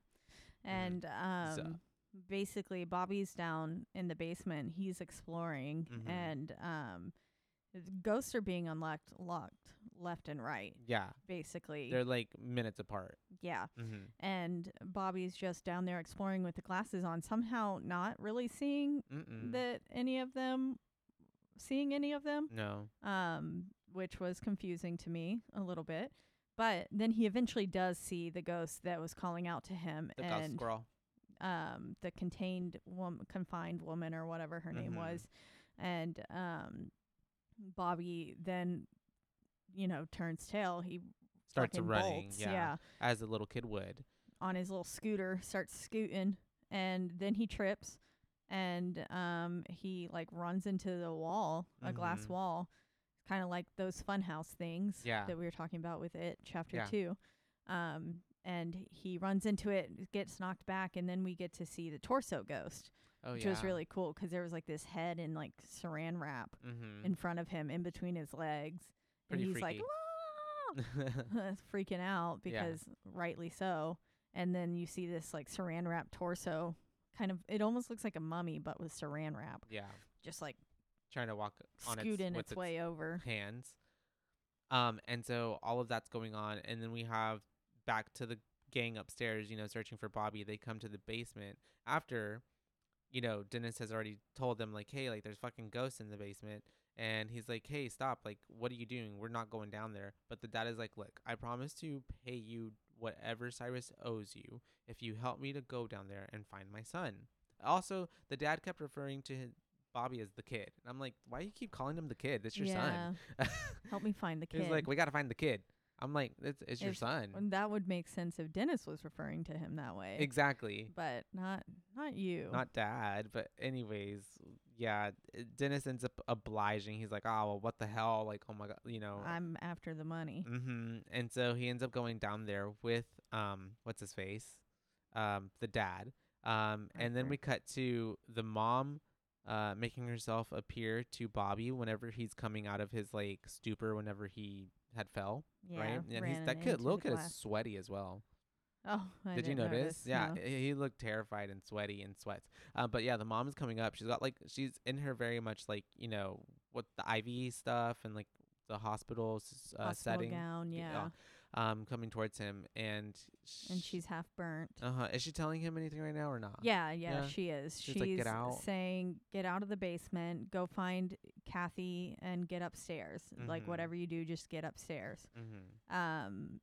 Mhm.
and um,
So-
basically Bobby's down in the basement. He's exploring,
Mhm.
and um, ghosts are being unlocked, locked left and right.
Yeah,
Basically,
they're like minutes apart.
yeah.
Mm-hmm.
and Bobby's just down there exploring with the glasses on, somehow not really seeing
Mm-mm.
that any of them seeing any of them,
no.
um, which was confusing to me a little bit. But then he eventually does see the ghost that was calling out to him
The ghost
and
squirrel.
um, the contained woman, confined woman or whatever her name
Mhm.
was, and um, Bobby then, you know, turns tail. He
Starts
fucking
running.
bolts,
Yeah,
yeah,
As a little kid would.
on his little scooter, starts scooting, and then he trips and um he like runs into the wall, a glass
Mhm.
wall, kind of like those funhouse things
Yeah.
that we were talking about with it chapter
Yeah.
2. Um and he runs into it, gets knocked back, and then we get to see the torso ghost,
Oh
which
yeah.
was really cool 'cause there was like this head in like saran wrap
Mm-hmm.
in front of him, in between his legs,
Pretty
and he's like,
freaky.
"Wah!" freaking out
Yeah.
because rightly so. And then you see this like saran wrap torso, kind of. It almost looks like a mummy, but with saran wrap,
yeah,
just like
trying to walk on its,
scooting
with
its, way over.
hands. Um, and so all of that's going on, and then we have back to the gang upstairs. You know, searching for Bobby. They come to the basement after, you know, Dennis has already told them like, hey, like there's fucking ghosts in the basement. And he's like, "Hey, stop! Like, what are you doing? We're not going down there." But the dad is like, "Look, I promise to pay you whatever Cyrus owes you if you help me to go down there and find my son." Also, the dad kept referring to his, Bobby as the kid, and I'm like, "Why you keep calling him the kid? That's your
yeah,
son."
help me find the kid.
He's like, "We gotta find the kid." I'm like, "It's, it's your
It's-
son."
and that would make sense if Dennis was referring to him that way,
Exactly.
but not not you.
Not dad, but anyways, yeah. uh, Dennis ends up obliging. He's like, "Oh, well, what the hell? Like, oh my god, you know."
I'm after the money.
Mm-hmm. And so he ends up going down there with um, what's his face, um, the dad. Um, and then
Arthur.
we cut to the mom, uh, making herself appear to Bobby whenever he's coming out of his like stupor whenever he had fell,
Yeah,
right? And he's
ran
that kid,
into
little
the
kid is
glass.
sweaty as well.
Oh, I
Did you
didn't
notice? Yeah, uh,
no.
he- he looked terrified and sweaty and sweats. Uh, but yeah, the mom's coming up. She's got like she's in her very much like you know what the IV stuff and like the hospital s- uh,
Hospital
setting
gown.
yeah.
Yeah,
um, coming towards him, and sh-
and she's half burnt.
uh huh. Is she telling him anything right now or not?
Yeah, yeah,
Yeah.
she is.
She's
She's,
like, "Get out."
saying, get out of the basement, go find Kathy and get upstairs.
Mhm.
Like, whatever you do, just get upstairs.
Mm-hmm.
Um,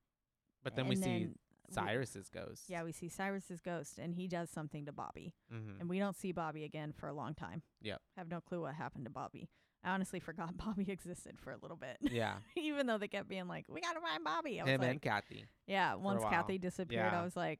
But then we
and
see
then we-
Cyrus's ghost.
yeah, we see Cyrus's ghost, and he does something to Bobby.
Mm-hmm.
And we don't see Bobby again for a long time.
Yep.
Have no clue what happened to Bobby. I honestly forgot Bobby existed for a little bit.
Yeah.
Even though they kept being like, we got to find Bobby. I was
Him
like,
and Kathy.
Yeah, once
while.
Kathy disappeared,
Yeah.
I was like,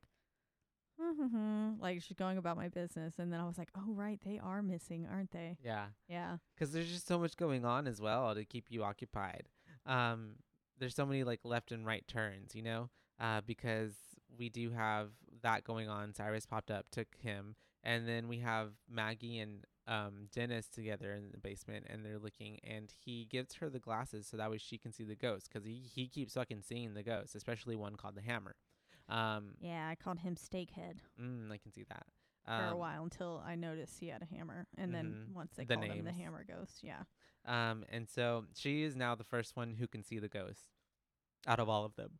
"Mhm." like she's going about my business, and then I was like, oh right, they are missing, aren't they?
Yeah.
Yeah,
Because there's just so much going on as well to keep you occupied. Um, there's so many like left and right turns, you know, uh, because we do have that going on. Cyrus popped up, took him, and then we have Maggie and um, dentist together in the basement and they're looking and he gives her the glasses so that way she can see the ghost because he, he keeps fucking seeing the ghosts, especially one called the hammer. Um,
Yeah, I called him Steakhead
mm, I can see that.
for a
Um,
while until I noticed he had a hammer, and then
Mhm.
once they
The
called him the
names.
Hammer Ghost, yeah.
Um, and so she is now the first one who can see the ghost out of all of them,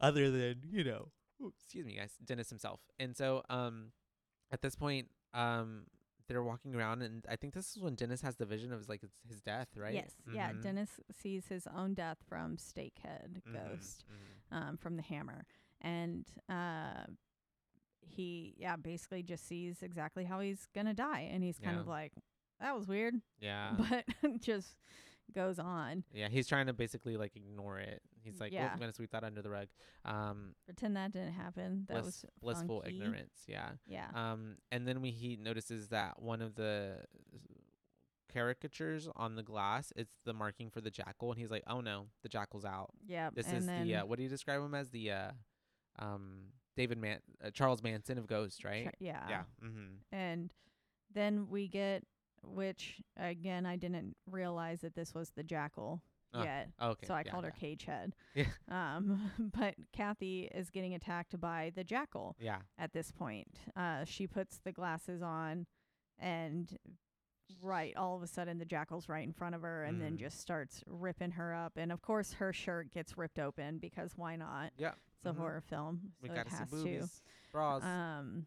other than you know, ooh, excuse me, guys, Dennis himself. And so, um, at this point, um, they're walking around, and I think this is when Dennis has the vision of his, like his, his death, right?
Yes. Yeah.
Mhm.
Dennis sees his own death from Steakhead
Mhm,
Ghost,
mhm.
um, from the hammer, and uh, he, yeah, basically just sees exactly how he's gonna die, and he's kind
Yeah.
of like, "That was weird,"
Yeah.
but just goes on.
yeah, he's trying to basically like ignore it. He's like, "Oh,
Mm, Yeah.
I'm gonna sweep that under the rug. Um,
Pretend that didn't happen. That
bliss,
was
blissful
funky.
ignorance. Yeah.
Yeah.
Um, and then we he notices that one of the caricatures on the glass, it's the marking for the jackal, and he's like, "Oh no, the jackal's out."
yeah.
This
and
is
then
the uh, what do you describe him as? The uh, um, David Man, uh, Charles Manson of Ghost, right?
tra- yeah.
yeah. Mm-hmm.
And then we get, which again, I didn't realize that this was the jackal
Ah,
yet.
Okay.
so I
yeah,
called her
yeah.
Cage Head.
Yeah.
Um, but Kathy is getting attacked by the jackal
Yeah.
at this point. Uh, she puts the glasses on and right all of a sudden the jackal's right in front of her and then
Mhm.
just starts ripping her up and of course her shirt gets ripped open because why not
Yeah.
it's a
mhm.
horror film
We
so it
gotta see
has to
boobies, bras.
um,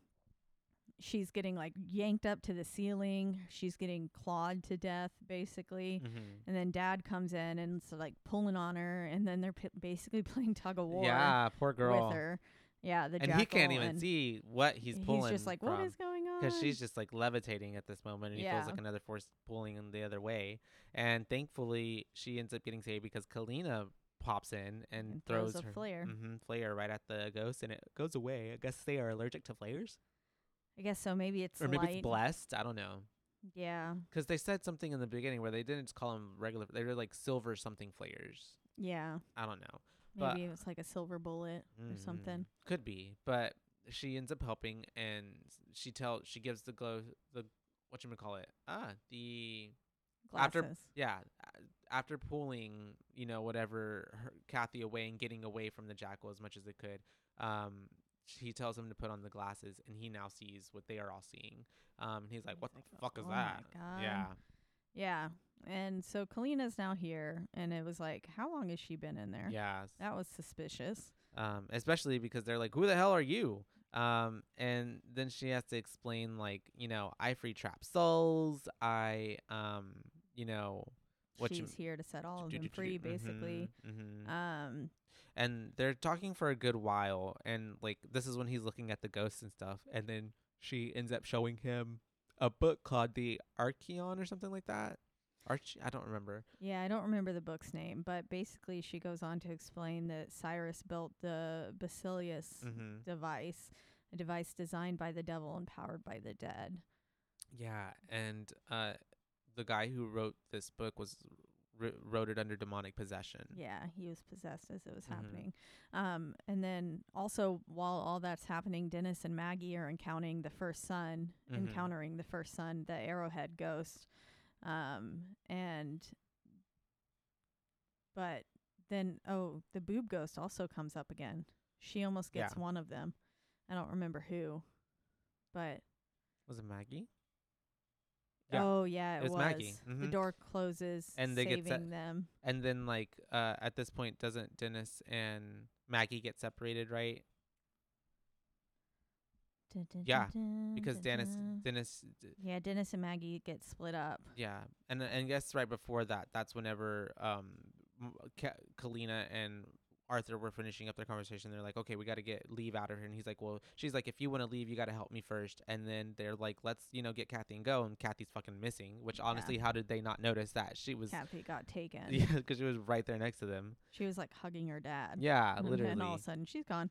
she's getting like yanked up to the ceiling. She's getting clawed to death, basically.
mhm.
And then dad comes in and so like pulling on her, and then they're p- basically playing tug of war
Yeah, poor girl.
with her. Yeah, the
and he can't
jackal,
even
and
see what he's pulling.
He's just like,
from.
what is going on?
because she's just like levitating at this moment, and he
Mm. Yeah.
feels like another force pulling him the other way. And thankfully, she ends up getting saved because Kalina pops in and,
And throws
throws,
a
her
flare.
hmm flare right at the ghost, and it goes away. I guess they are allergic to flares,
I guess so. Maybe it's
or maybe
light.
it's blessed. I don't know,
Yeah,
because they said something in the beginning where they didn't just call them regular; they were like silver something flares.
yeah.
I don't know. But-
Maybe it was like a silver bullet or
Mhm.
something.
Could be, but she ends up helping, and she tells she gives the glow the what you call it ah the After-
Glasses.
Yeah, a- after pulling, you know, whatever her, Kathy away and getting away from the jackal as much as they could, um, he tells him to put on the glasses, and he now sees what they are all seeing. Um, and he's like,
He's
"What
like,
the fuck is
"Oh my
that?"
God.
Yeah,
yeah. And so Kalina's now here, and it was like, how long has she been in there?
yeah. s-
That was suspicious.
Um, especially because they're like, "Who the hell are you?" Um, and then she has to explain, like, you know, I free trap souls. I, um, you know, what you
She's here to set all of
do-
them
do- do-
free,
do-
basically.
mhm, mhm.
Um,
and they're talking for a good while and like this is when he's looking at the ghosts and stuff and then she ends up showing him a book called the archeon or something like that arch i don't remember
yeah, I don't remember the book's name, but basically, she goes on to explain that Cyrus built the Basilius
mm-hmm.
device, a device designed by the devil and powered by the dead.
yeah and uh the guy who wrote this book was wr- wrote it under demonic possession
Yeah, he was possessed as it was
Mhm.
happening. Um, and then also, while all that's happening, Dennis and Maggie are encountering the first son,
Mhm.
encountering the first son, the Arrowhead ghost. Um, and but then, oh, the boob ghost also comes up again. She almost gets
Yeah.
one of them. I don't remember who, but
was it maggie Yeah.
oh yeah, it,
It's
was.
Maggie.
The
Mhm.
door closes,
And they
saving
get set-
them.
and then like uh at this point doesn't dennis and maggie get separated right
Dun, dun,
Yeah,
dun,
because
dun,
dennis
dun.
dennis d-
Yeah, Dennis and Maggie get split up.
Yeah, and and I guess right before that, that's whenever um, m- Ka- Kalina and Arthur were finishing up their conversation. They're like, "Okay, we got to get leave out of here." And he's like, "Well," she's like, "If you want to leave, you got to help me first. And then they're like, "Let's you know get Kathy and go." And Kathy's fucking missing. Which
Yeah.
honestly, how did they not notice that she was?
Kathy got taken.
Yeah, because she was right there next to them.
She was like hugging her dad.
Yeah, literally.
Mm-hmm, And then all of a sudden she's gone.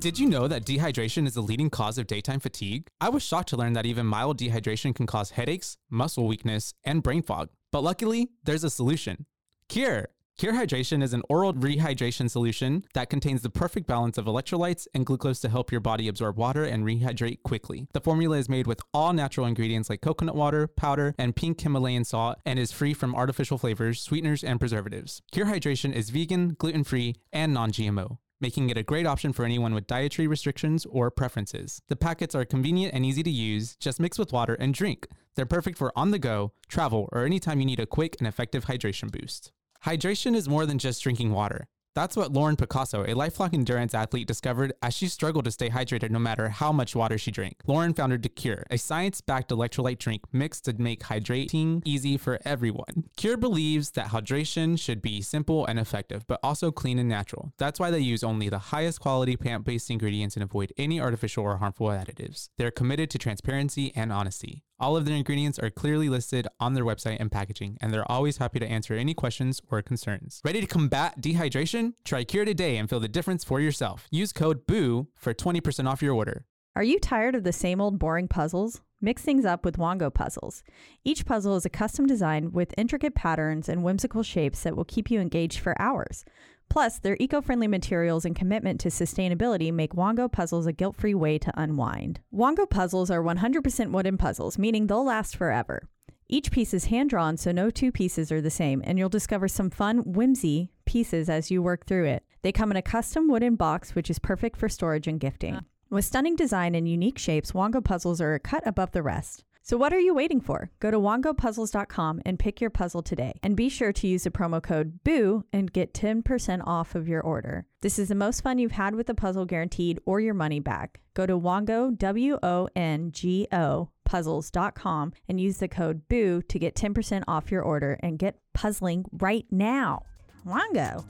Did you know that dehydration is the leading cause of daytime fatigue? I was shocked to learn that even mild dehydration can cause headaches, muscle weakness, and brain fog. But luckily, there's a solution. Cure. Cure Hydration is an oral rehydration solution that contains the perfect balance of electrolytes and glucose to help your body absorb water and rehydrate quickly. The formula is made with all natural ingredients like coconut water, powder, and pink Himalayan salt and is free from artificial flavors, sweeteners, and preservatives. Cure Hydration is vegan, gluten free, and non GMO making it a great option for anyone with dietary restrictions or preferences. The packets are convenient and easy to use, just mix with water and drink. They're perfect for on the go, travel, or anytime you need a quick and effective hydration boost. Hydration is more than just drinking water. That's what Lauren Picasso, a lifelong endurance athlete, discovered as she struggled to stay hydrated no matter how much water she drank. Lauren founded Decure, a science backed electrolyte drink mixed to make hydrating easy for everyone. Cure believes that hydration should be simple and effective, but also clean and natural. That's why they use only the highest quality plant based ingredients and avoid any artificial or harmful additives. They're committed to transparency and honesty. All of their ingredients are clearly listed on their website and packaging, and they're always happy to answer any questions or concerns. Ready to combat dehydration? Try Cure today and feel the difference for yourself. Use code BOO for 20% off your order.
Are you tired of the same old boring puzzles? Mix things up with Wongo puzzles. Each puzzle is a custom design with intricate patterns and whimsical shapes that will keep you engaged for hours. Plus, their eco friendly materials and commitment to sustainability make Wongo puzzles a guilt free way to unwind. Wongo puzzles are 100% wooden puzzles, meaning they'll last forever. Each piece is hand drawn, so no two pieces are the same, and you'll discover some fun, whimsy pieces as you work through it. They come in a custom wooden box, which is perfect for storage and gifting.
Huh.
With stunning design and unique shapes, Wongo puzzles are a cut above the rest. So, what are you waiting for? Go to wongopuzzles.com and pick your puzzle today. And be sure to use the promo code BOO and get 10% off of your order. This is the most fun you've had with a puzzle guaranteed or your money back. Go to wongo, W O N G O, puzzles.com and use the code BOO to get 10% off your order and get puzzling right now. Wongo.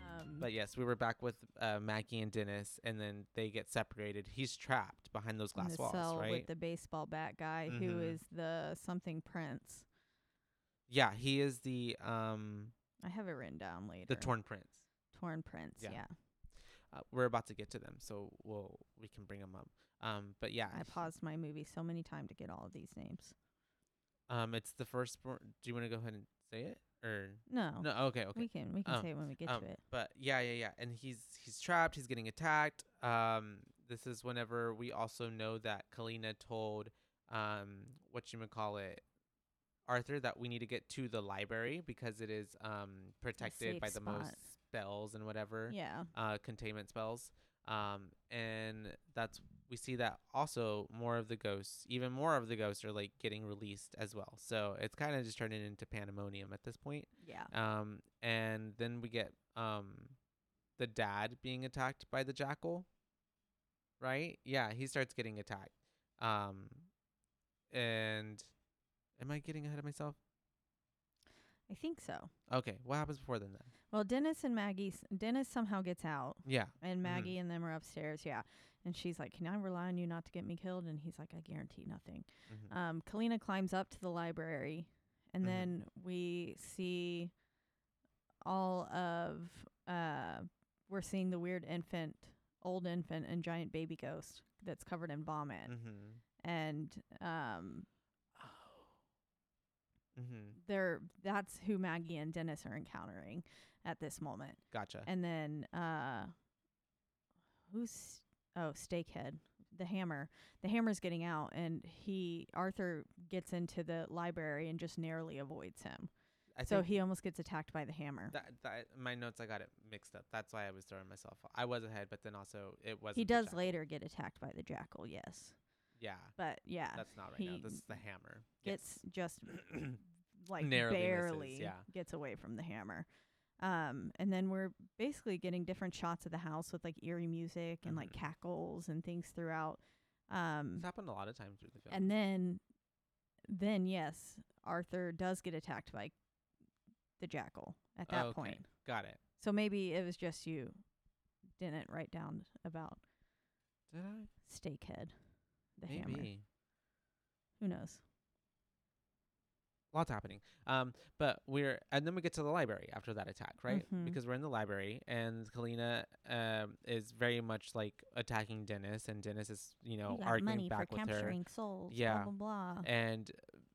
Um,
But yes, we were back with uh, Maggie and Dennis, and then they get separated. He's trapped behind those
in
glass
the
walls,
cell
right?
with the baseball bat guy who
Mhm.
is the something prince.
yeah, he is the um
I have it written down later.
the torn prince.
torn prince. Yeah,
Yeah. Uh, we're about to get to them, so we'll we can bring them up. Um, but yeah,
I
he-
paused my movie so many times to get all of these names.
Um, it's the firstborn. Do you want to go ahead and say it or
No,
no? Okay, okay.
we can we can
Um,
say it when we get
um,
to it.
But yeah, yeah, yeah. And he's he's trapped. He's getting attacked. Um, this is whenever we also know that Kalina told um what you call it Arthur that we need to get to the library because it is um protected
safe
by the most
spot.
spells and whatever
Yeah,
uh, containment spells. Um, and that's we see that also more of the ghosts, even more of the ghosts are like getting released as well. So it's kind of just turning into pandemonium at this point.
yeah.
Um, and then we get um, the dad being attacked by the jackal, right? Yeah, he starts getting attacked. Um, and am I getting ahead of myself?
I think so.
Okay, what happens before then? Then
Well, Dennis and Maggie. s- Dennis somehow gets out,
yeah,
and Maggie and them are upstairs. Yeah, and she's like, "Can I rely on you not to get me killed?" And he's like, "I guarantee nothing."
mhm.
Um, Kalina climbs up to the library, and
Mhm.
then we see all of uh, we're seeing the weird infant, old infant, and giant baby ghost that's covered in vomit,
mhm.
and um,
Oh. Mm-hmm.
they're that's who Maggie and Dennis are encountering at this moment,
Gotcha.
and then uh, who's oh Stakehead. The hammer, the hammer's getting out, and he Arthur gets into the library and just narrowly avoids him.
I
so
think
he almost gets attacked by the hammer.
that, that my notes I got it mixed up. That's why I was throwing myself. off. I was ahead, but then also it was
He does later get attacked by the jackal, yes.
Yeah,
But yeah,
that's not right now.
he
This is the hammer.
gets just like
Narrowly misses,
barely
yeah.
gets away from the hammer. Um, and then we're basically getting different shots of the house with like eerie music and like
Mhm.
cackles and things throughout. Um,
It's happened a lot of times through the film.
and then, then yes, Arthur does get attacked by the jackal at that
Okay,
point.
got it.
So maybe it was just you didn't write down about
Did I?
Stakehead, the
Maybe.
hammer. Who knows?
lots happening. Um, but we're and then we get to the library after that attack, right?
Mhm.
Because we're in the library and Kalina um is very much like attacking Dennis, and Dennis is you know arguing
money
back
for
with her,
capturing souls.
Yeah.
Blah blah blah.
and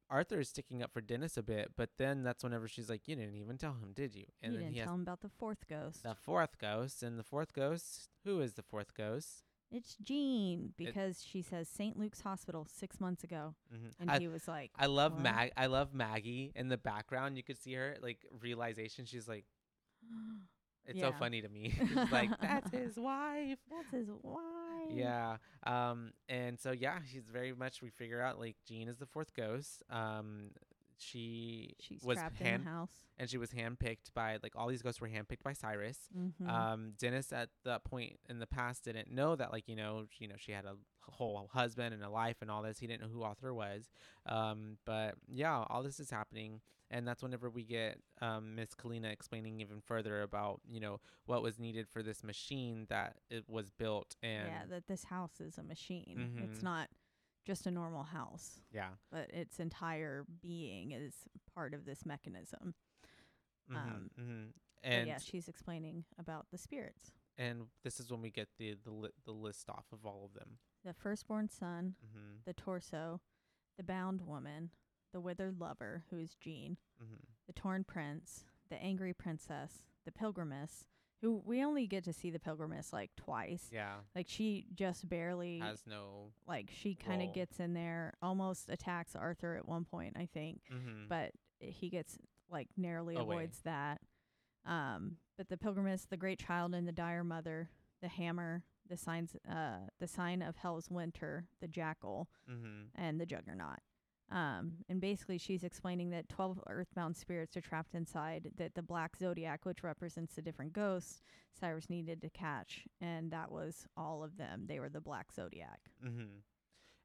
Arthur is sticking up for Dennis a bit, but then that's whenever she's like, "You didn't even tell him, did you?" And
you
then
didn't
he has
tell him about the fourth ghost.
the fourth ghost, and the fourth ghost. Who is the fourth ghost?
it's Jean because she says St. Luke's Hospital six months ago,
Mm-hmm.
and
I,
he was like,
I love
Wow.
Mag. I love Maggie in the background. You could see her like realization. She's like, "It's so
Yeah.
funny to me." She's like, "That's his wife."
"That's his wife."
Yeah. Um. And so yeah, she's very much. We figure out like Jean is the fourth ghost. Um. She
she's
was
trapped in
hand
the house.
and she was handpicked by like all these ghosts were handpicked by Cyrus.
Mm-hmm.
Um, Dennis at that point in the past didn't know that like you know sh- you know she had a whole husband and a life and all this. He didn't know who Arthur was. Um, but yeah, all this is happening, and that's whenever we get um, Miss Kalina explaining even further about you know what was needed for this machine that it was built and
yeah, that this house is a machine.
Mhm.
It's not just a normal house,
yeah.
but its entire being is part of this mechanism.
hmm
Um,
hmm
And
And
yeah, she's explaining about the spirits.
and this is when we get the the, li- the list off of all of them.
The firstborn son,
Mm-hmm.
the torso, the bound woman, the withered lover, who is Jean,
Mm-hmm.
the torn prince, the angry princess, the pilgrimess, who we only get to see the pilgrimess like twice.
Yeah,
Like she just barely
has no.
like she kind
role.
of gets in there, almost attacks Arthur at one point, I think,
Mm-hmm.
but he gets like narrowly
Away.
avoids that. Um, but the pilgrimess, the great child and the dire mother, the hammer, the signs, uh, the sign of hell's winter, the jackal,
mm-hmm.
and the Juggernaut. Um, and basically, she's explaining that 12 earthbound spirits are trapped inside, that the black zodiac, which represents the different ghosts Cyrus needed to catch, and that was all of them. They were the black zodiac.
Mm-hmm.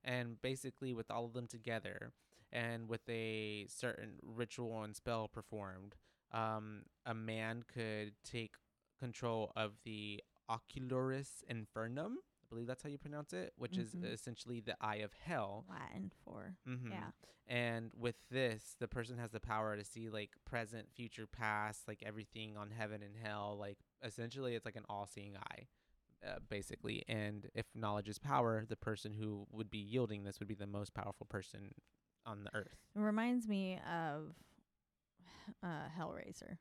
And basically, with all of them together, and with a certain ritual and spell performed, um, a man could take control of the Ocularis Infernum. I believe that's how you pronounce it, which
Mhm.
is essentially the eye of hell.
Latin for.
Mm-hmm.
Yeah.
And with this, the person has the power to see like present, future, past, like everything on heaven and hell. Like essentially, it's like an all-seeing eye, uh, basically. And if knowledge is power, the person who would be yielding this would be the most powerful person on the earth.
It reminds me of uh, Hellraiser.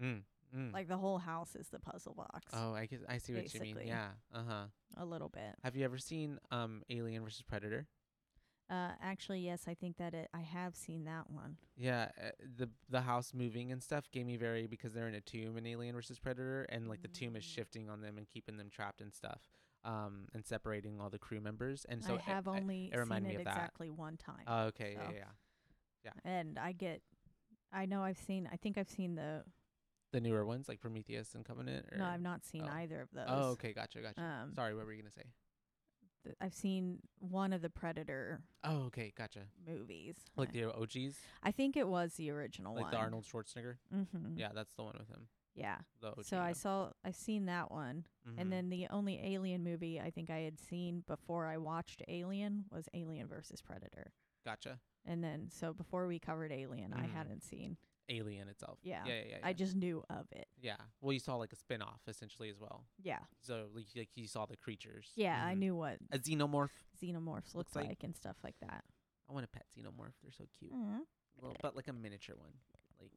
Mm. Mm.
Like the whole house is the puzzle box,
oh, I guess I see what you mean.
basically.
Yeah. Uh huh.
a little bit.
Have you ever seen um Alien versus Predator?
Uh, actually, yes, I think that it, I have seen that one.
Yeah, uh, the the house moving and stuff gave me very because they're in a tomb in Alien versus Predator, and like the tomb is
Mm.
shifting on them and keeping them trapped and stuff, um, and separating all the crew members. And so
I have
I-
only seen
reminded me
it
of that.
exactly one time.
oh, okay, yeah,
so.
yeah, yeah,
and I get, I know I've seen, I think I've seen the,
the newer ones like Prometheus and Covenant. Or,
no, I've not seen
oh.
either of those.
Oh, okay, gotcha, gotcha.
Um,
Sorry, what were you gonna say?
th- I've seen one of the Predator
Oh, okay, gotcha.
movies.
Like
I-
the OGs,
I think it was the original
like
one.
the Arnold Schwarzenegger.
Mm-hmm.
Yeah, Oh, that's the one with him.
Yeah.
The OG,
So I saw, I've seen that one.
Mm-hmm.
And then the only Alien movie I think I had seen before I watched Alien was Alien versus Predator.
gotcha,
And then, so before we covered Alien, I
Mhm.
hadn't seen.
Alien itself.
Yeah,
yeah, yeah. yeah,
I just knew of it.
yeah. Well, you saw like a spin off essentially as well.
Yeah.
So like, like you saw the creatures.
Yeah. I
Mhm.
knew what
a xenomorph.
xenomorphs looked
Looks like-
like, and stuff like that.
I want a pet xenomorph. They're so cute.
Mhm.
Little, but like a miniature one, like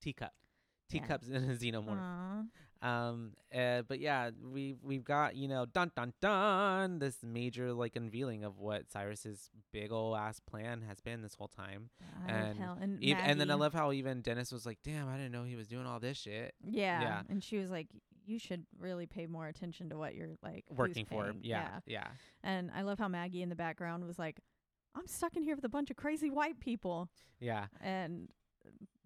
teacup.
Yeah. Uh-huh.
Teacups and a xenomorph.
Aw.
Um, uh, but yeah, we we've got you know dun dun dun this major like unveiling of what Cyrus's big ol' ass plan has been this whole time.
I love
And
hell- and,
Ev- and then I
Maggie.
love how even Dennis was like, "Damn, I didn't know he was doing all this shit."
Yeah.
Yeah.
And she was like, you should really pay more attention to what you're like who's
Working for him,
paying."
yeah, yeah,
And I love how Maggie in the background was like, I'm stuck in here with a bunch of crazy white people.
yeah.
And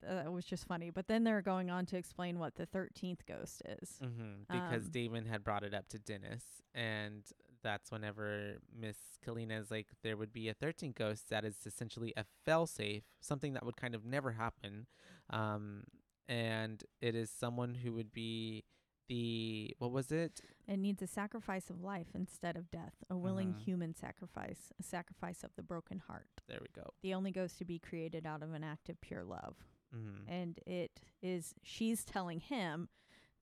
uh, it was just funny. But then they're going on to explain what the 13th ghost is.
Mm-hmm, because
Um,
Damon had brought it up to Dennis, and that's whenever Miss Kalina is like, there would be a 13 ghost that is essentially a failsafe, something that would kind of never happen. Um, and it is someone who would be the what was it?
It needs a sacrifice of life instead of death, a willing
Mhm.
human sacrifice, a sacrifice of the broken heart.
There we go.
The only ghost to be created out of an act of pure love.
Mm-hmm.
And it is, she's telling him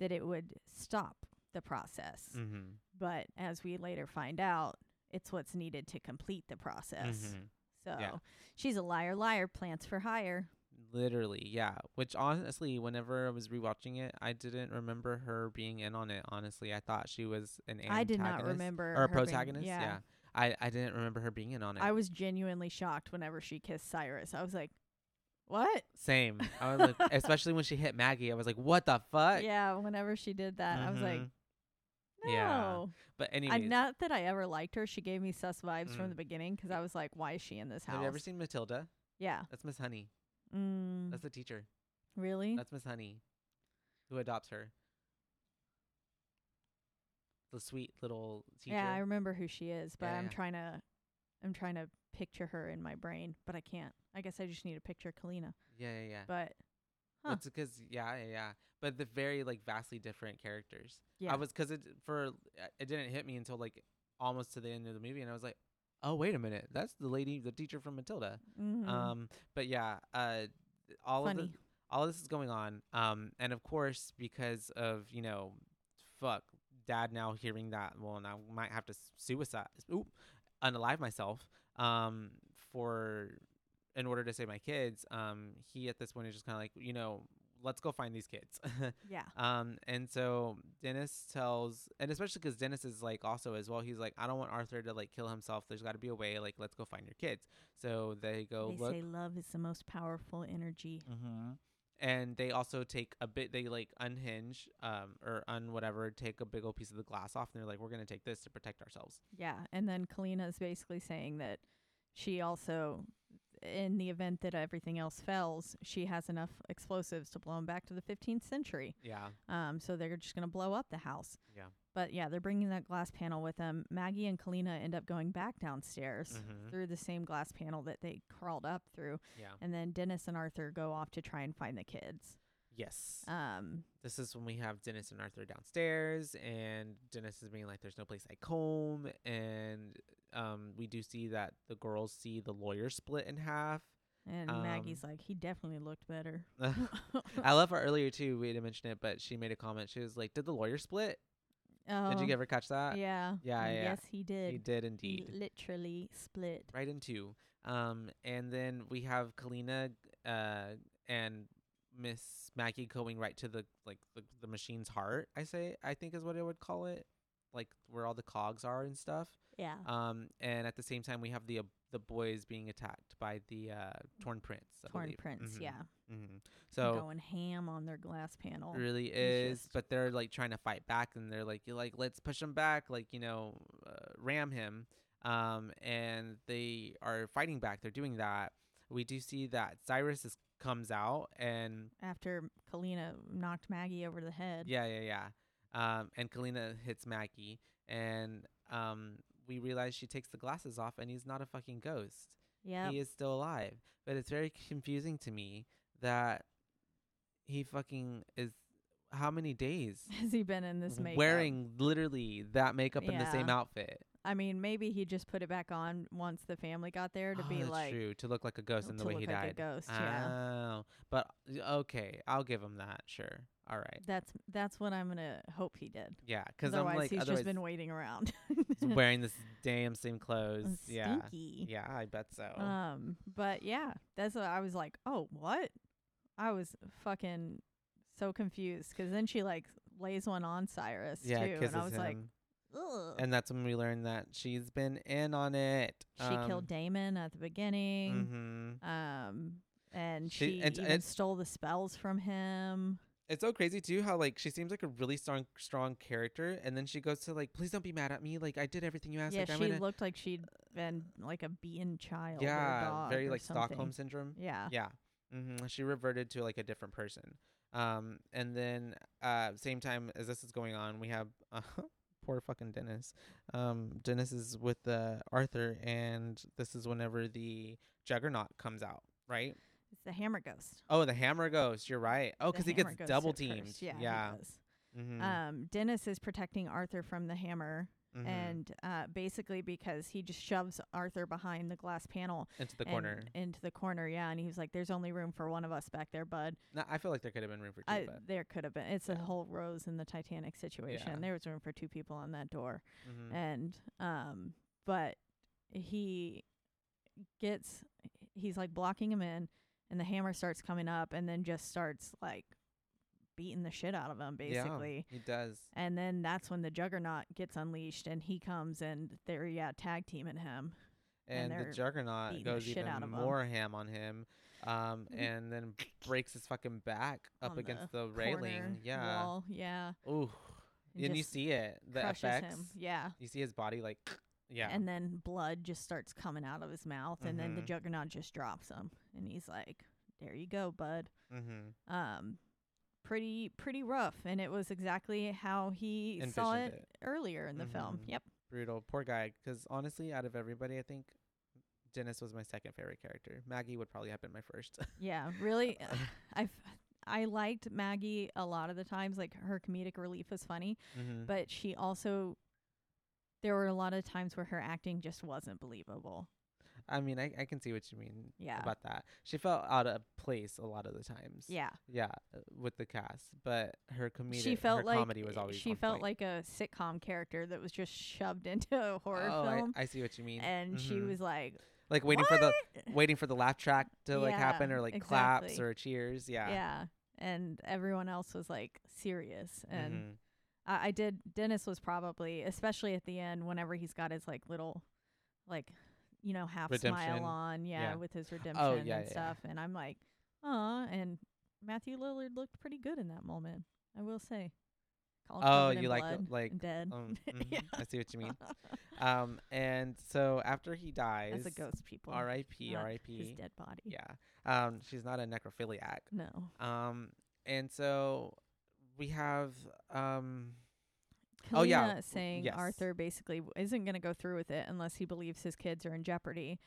that it would stop the process.
Mm-hmm.
But as we later find out, it's what's needed to complete the process. So
Mm-hmm. Yeah.
she's a liar, liar, plants for hire.
Literally, yeah. Which honestly, whenever I was rewatching it, I didn't remember her being in on it. Honestly, I thought she was an antagonist
I did not remember.
or
her
a
being-
protagonist. yeah. I I didn't remember her being in on it.
I was genuinely shocked whenever she kissed Cyrus. I was like, what?
Same. I was like, especially when she hit Maggie, I was like, "What the fuck?"
yeah, whenever she did that, I was like,
Mhm.
no.
Yeah. But anyways,
I, not that I ever liked her. She gave me sus vibes
Mm.
from the beginning 'cause I was like, why is she in this house?
have you ever seen Matilda?
yeah.
That's Miss Honey.
Mm,
That's the teacher.
really?
That's Miss Honey, who adopts her. The sweet little teacher.
Yeah, I remember who she is, but
Yeah,
I'm
yeah.
trying to, I'm trying to picture her in my brain, but I can't. I guess I just need to picture Kalina.
yeah, yeah, yeah.
But huh.
That's because yeah, yeah, yeah. But the very like vastly different characters.
yeah,
I was because it for uh, it didn't hit me until like almost to the end of the movie, and I was like, oh wait a minute, that's the lady, the teacher from Matilda.
mm,
Um, but yeah, uh, all of the,
funny.
all this is going on. Um, and of course, because of you know, fuck, dad now hearing that, well, now might have to s- suicide, oop, unalive myself. Um, for in order to save my kids. Um, he at this point is just kind of like, you know, let's go find these kids.
yeah,
Um, and so Dennis tells, and especially because Dennis is like also as well, he's like, I don't want Arthur to like kill himself. There's got to be a way. Like, let's go find your kids. So they go
they
look
say love is the most powerful energy.
Mm-hmm.
and they also take a bit they like unhinge um or un whatever take a big old piece of the glass off and they're like we're gonna take this to protect ourselves
Yeah, and then Kalina is basically saying that she also, in the event that everything else fails, she has enough explosives to blow 'em back to the 15th century.
yeah
Um, so they're just going to blow up the house.
Yeah.
But yeah, they're bringing that glass panel with them. Maggie and Kalina end up going back downstairs
Mhm.
through the same glass panel that they crawled up through,
yeah
and then Dennis and Arthur go off to try and find the kids.
yes
Um,
this is when we have dennis and arthur downstairs and dennis is being like there's no place like home and um we do see that the girls see the lawyer split in half
and Maggie's
Um,
like, he definitely looked better.
i love her earlier too we didn't mention it but she made a comment she was like did the lawyer split did you
Oh,
ever catch that
Yeah.
yeah,
and
yeah.
Yes, he did.
he did
He
indeed
literally split.
right in two. Um, and then we have Kalina uh, and Miss Maggie going right to the like the, the machine's heart. I say I think is what I would call it, like where all the cogs are and stuff.
Yeah.
Um, and at the same time we have the uh, the boys being attacked by the uh, torn prince. I
Torn
believe.
Prince.
Mhm,
Yeah.
mhm. So
going ham on their glass panel.
really
He's
is
just-
but they're like trying to fight back and they're like you're like let's push him back like you know uh, ram him um and they are fighting back they're doing that we do see that cyrus is, comes out and
After Kalina knocked Maggie over the head.
yeah yeah yeah um and kalina hits maggie and um we realize she takes the glasses off and he's not a fucking ghost
Yeah.
he is still alive. But it's very confusing to me that he fucking is how many days
Has he been in this makeup?
wearing literally that makeup and the same
Yeah.
outfit.
I mean, maybe he just put it back on once the family got there to
Oh,
be
that's
like
true to look like a ghost in the
to
way
look
he
like
died.
a ghost. Yeah.
Oh, but y- okay, I'll give him that. Sure, all right,
That's that's what I'm gonna hope he did.
yeah, because I'm
otherwise,
like
he's
otherwise
just been waiting around.
he's wearing this damn same clothes. Yeah,
Stinky.
yeah, I bet so.
Um, but yeah, that's what I was like, oh, what? I was fucking so confused 'cause then she like lays one on Cyrus
yeah,
too,
kisses
and I was
him,
like, ugh.
and that's when we learn that she's been in on it.
she
um,
killed Damon at the beginning,
hmm
um, and
She-
she,
and-
even
and-
stole the spells from him.
it's so crazy too how like she seems like a really strong strong character and then she goes to like please don't be mad at me like i did everything you asked
yeah,
like i'm
she
gonna
looked like she'd been like a beaten child. or a
yeah
dog
very
or
like stockholm
something.
syndrome
Yeah.
yeah hmm she reverted to like a different person um and then uh same time as this is going on we have uh, poor fucking dennis um dennis is with uh arthur and this is whenever the juggernaut comes out right
It's the hammer ghost.
oh the hammer ghost you're right oh
The
because he
hammer
gets
ghost
double
at
teamed
first. Yeah. he does.
Mm-hmm.
Um, Dennis is protecting Arthur from the hammer,
Mhm.
and uh, basically because he just shoves Arthur behind the glass panel
into the
and
corner.
into the corner. Yeah, and he was like, "There's only room for one of us back there, bud."
No, I feel like there could have been room for two,
I,
but
there could have been. It's a
Yeah.
whole rose in the Titanic situation.
Yeah.
There was room for two people on that door
mhm.
and um but he gets he's like blocking him in and the hammer starts coming up and then just starts like beating the shit out of him
Yeah,
basically
he does.
and then that's when the juggernaut gets unleashed and he comes and they're yeah tag teaming him
and,
and
the
they're
juggernaut
beating the
goes
shit
even
out of 'em.
more ham on him um
Mhm.
and then breaks his fucking back up
on
against the,
corner
railing yeah
wall, yeah
ooh
and
and, you
just
see it the
crushes
effects
him yeah
you see his body like yeah
and then blood just starts coming out of his mouth and then the
Mhm.
juggernaut just drops him and he's like there you go bud
mm-hmm.
um pretty pretty rough and it was exactly how he saw it,
Envisioned it.
earlier in the film
Mhm.
yep
brutal poor guy because honestly out of everybody i think dennis was my second favorite character maggie would probably have been my first
yeah really i've i liked maggie a lot of the times like her comedic relief was funny
Mhm.
but she also there were a lot of times where her acting just wasn't believable
i mean I, I can see what you mean
Yeah.
about that she felt out of place a lot of the times
yeah
Yeah, uh, with the cast, but her comedy,
she felt
her
like
comedy was always
she
on
felt
point.
like a sitcom character that was just shoved into a horror
oh, I-
film
I, see what you mean.
and she
Mhm.
was like
like waiting for the
"What?"
waiting for the laugh track to like happen
Yeah,
or like claps
exactly.
or cheers. Yeah,
yeah and everyone else was like serious and
Mhm.
I, I did dennis was probably especially at the end whenever he's got his like little like you know half
Redemption.
smile on yeah,
Yeah. Oh,
with his redemption
yeah,
and
yeah.
stuff and i'm like uh and matthew lillard looked pretty good in that moment i will say All
Oh,
covered in
you like the-
blood
like,
and dead
um,
Yeah.
mhm, I see what you mean. Um, and so after he dies,
as a ghost people
R.I.P.
not his
R.I.P.
dead body
Yeah, um, she's not a necrophiliac.
no
Um, and so we have um,
Kalina
Oh, yeah, w-
saying
yes.
Arthur basically w- isn't going to go through with it unless he believes his kids are in jeopardy.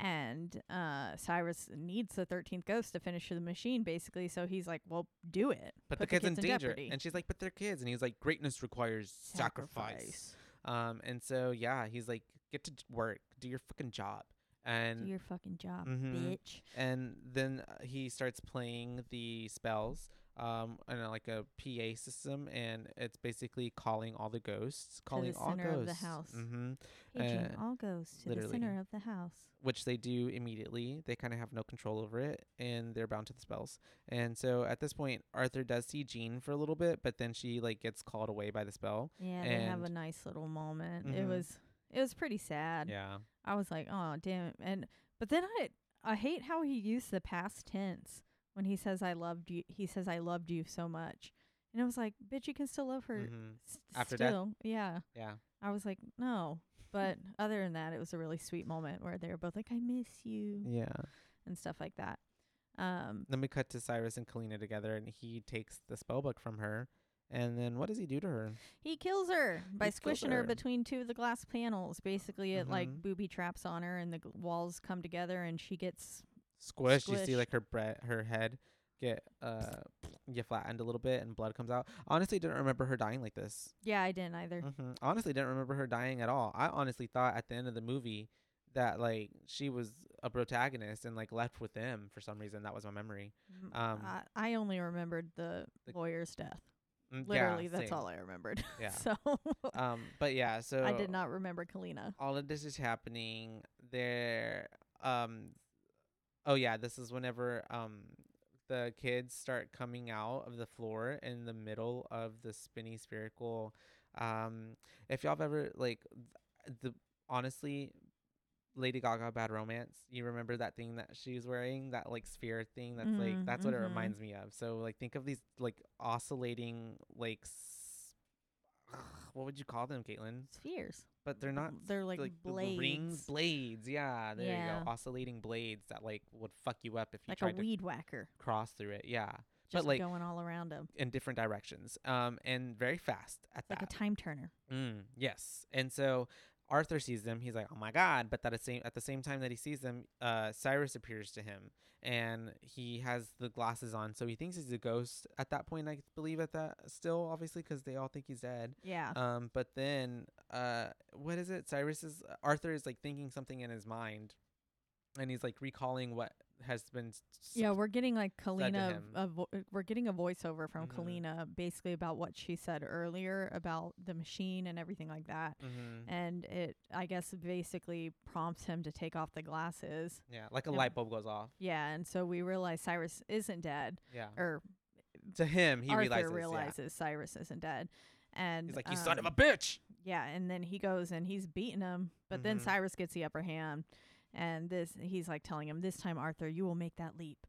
And uh, Cyrus needs the 13th ghost to finish the machine, basically. So he's like, well, do it.
but
Put
the kids, in danger,
jeopardy.
and she's like, but they're kids, and he's like, greatness requires sacrifice. Um, and so yeah, he's like, get to j- work, do your fucking job,
Do
and
your fucking job,
Mhm.
bitch.
and then uh, he starts playing the spells, um, and uh, like a PA system, and it's basically calling all the ghosts, calling
the
all
center
ghosts,
of the house.
hmm
Paging
Uh,
all goes to
literally.
the center of the house.
which they do immediately. They kind of have no control over it, and they're bound to the spells. And so at this point, Arthur does see Jean for a little bit, but then she like gets called away by the spell.
Yeah, they have a
and-
nice little moment. It
Mhm.
was it was pretty sad.
Yeah,
I was like, oh damn it. And but then I I hate how he used the past tense when he says I loved you he says I loved you so much. And I was like, bitch, you can still love her
hmm
s-
After death?
still. Yeah.
yeah.
I was like, no. But other than that, it was a really sweet moment where they were both like, I miss you
Yeah.
and stuff like that. Um
Then we cut to Cyrus and Kalina together, and he takes the spell book from her. And then what does he do to her?
he kills her by
He kills
squishing her.
her.
between two of the glass panels. Basically, it like
Mhm.
booby traps on her, and the gl- walls come together, and she gets
Squish. You see,
Squish.
like her bre- her head get uh get flattened a little bit, and blood comes out. Honestly, didn't remember her dying like this.
yeah, I didn't either.
hmm Honestly, didn't remember her dying at all. I honestly thought at the end of the movie that like she was a protagonist and like left with them for some reason. That was my memory.
Mm,
Um,
I, I only remembered the,
the-
lawyer's death.
Mm, yeah,
Literally, that's
same.
all I remembered.
Yeah.
so
um, but yeah. So
I did not remember Kalina.
all of this is happening there um oh yeah this is whenever um the kids start coming out of the floor in the middle of the spinny spherical um if y'all have ever like th- the honestly lady gaga bad romance you remember that thing that she's wearing that like sphere thing that's like
Mhm,
that's what it
mhm.
reminds me of so like think of these like oscillating like s- what would you call them caitlin
Spheres.
but they're not
They're like,
like,
blades.
ring blades. Yeah, there you
Yeah.
go. Oscillating blades that like would fuck you up if you
like a
tried to
weed whacker.
cross through it. Yeah,
Just
like,
going all around them.
in different directions. Um, and very fast at
Like a
that.
time turner.
mm, yes, and so Arthur sees them. He's like, "Oh my god!" But that at same at the same time that he sees them, uh, Cyrus appears to him, and he has the glasses on, so he thinks he's a ghost at that point. I believe at that still, obviously, because they all think he's dead.
Yeah.
Um, but then, uh, what is it? Cyrus is Arthur is like thinking something in his mind, and he's like recalling what has been. s- s-
yeah, we're getting like Kalina.
him.
A vo- we're getting a voiceover from
Mhm.
Kalina, basically about what she said earlier about the machine and everything like that.
Mhm.
And it, I guess, basically prompts him to take off the glasses.
Yeah, like a
Yeah.
light bulb goes off.
Yeah, and so we realize Cyrus isn't dead,
Yeah.
or
To him, he
Arthur
realizes.
realizes,
yeah.
Cyrus isn't dead. And
He's like, "You son of a
um,
bitch!"
Yeah, and then he goes and he's beating him, but then
Mhm.
Cyrus gets the upper hand, and this he's like telling him, "This time, Arthur, you will make that leap."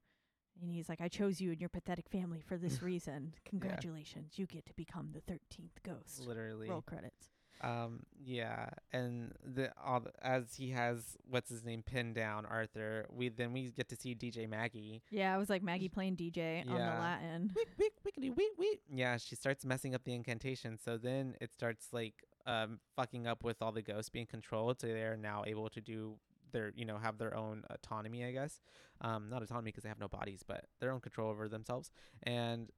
And he's like, "I chose you and your pathetic family for this reason. Congratulations, you get to become the thirteenth ghost."
Literally.
Roll credits.
Um, yeah, and the, all the as he has what's his name pinned down Arthur. We then we get to see DJ Maggie.
Yeah, I was like Maggie playing DJ on
Yeah.
the Latin.
Weak, weak, wickety, weak, weak. Yeah, she starts messing up the incantation. So then it starts like um fucking up with all the ghosts being controlled. So they are now able to do their you know have their own autonomy, I guess. Um, not autonomy because they have no bodies, but their own control over themselves. And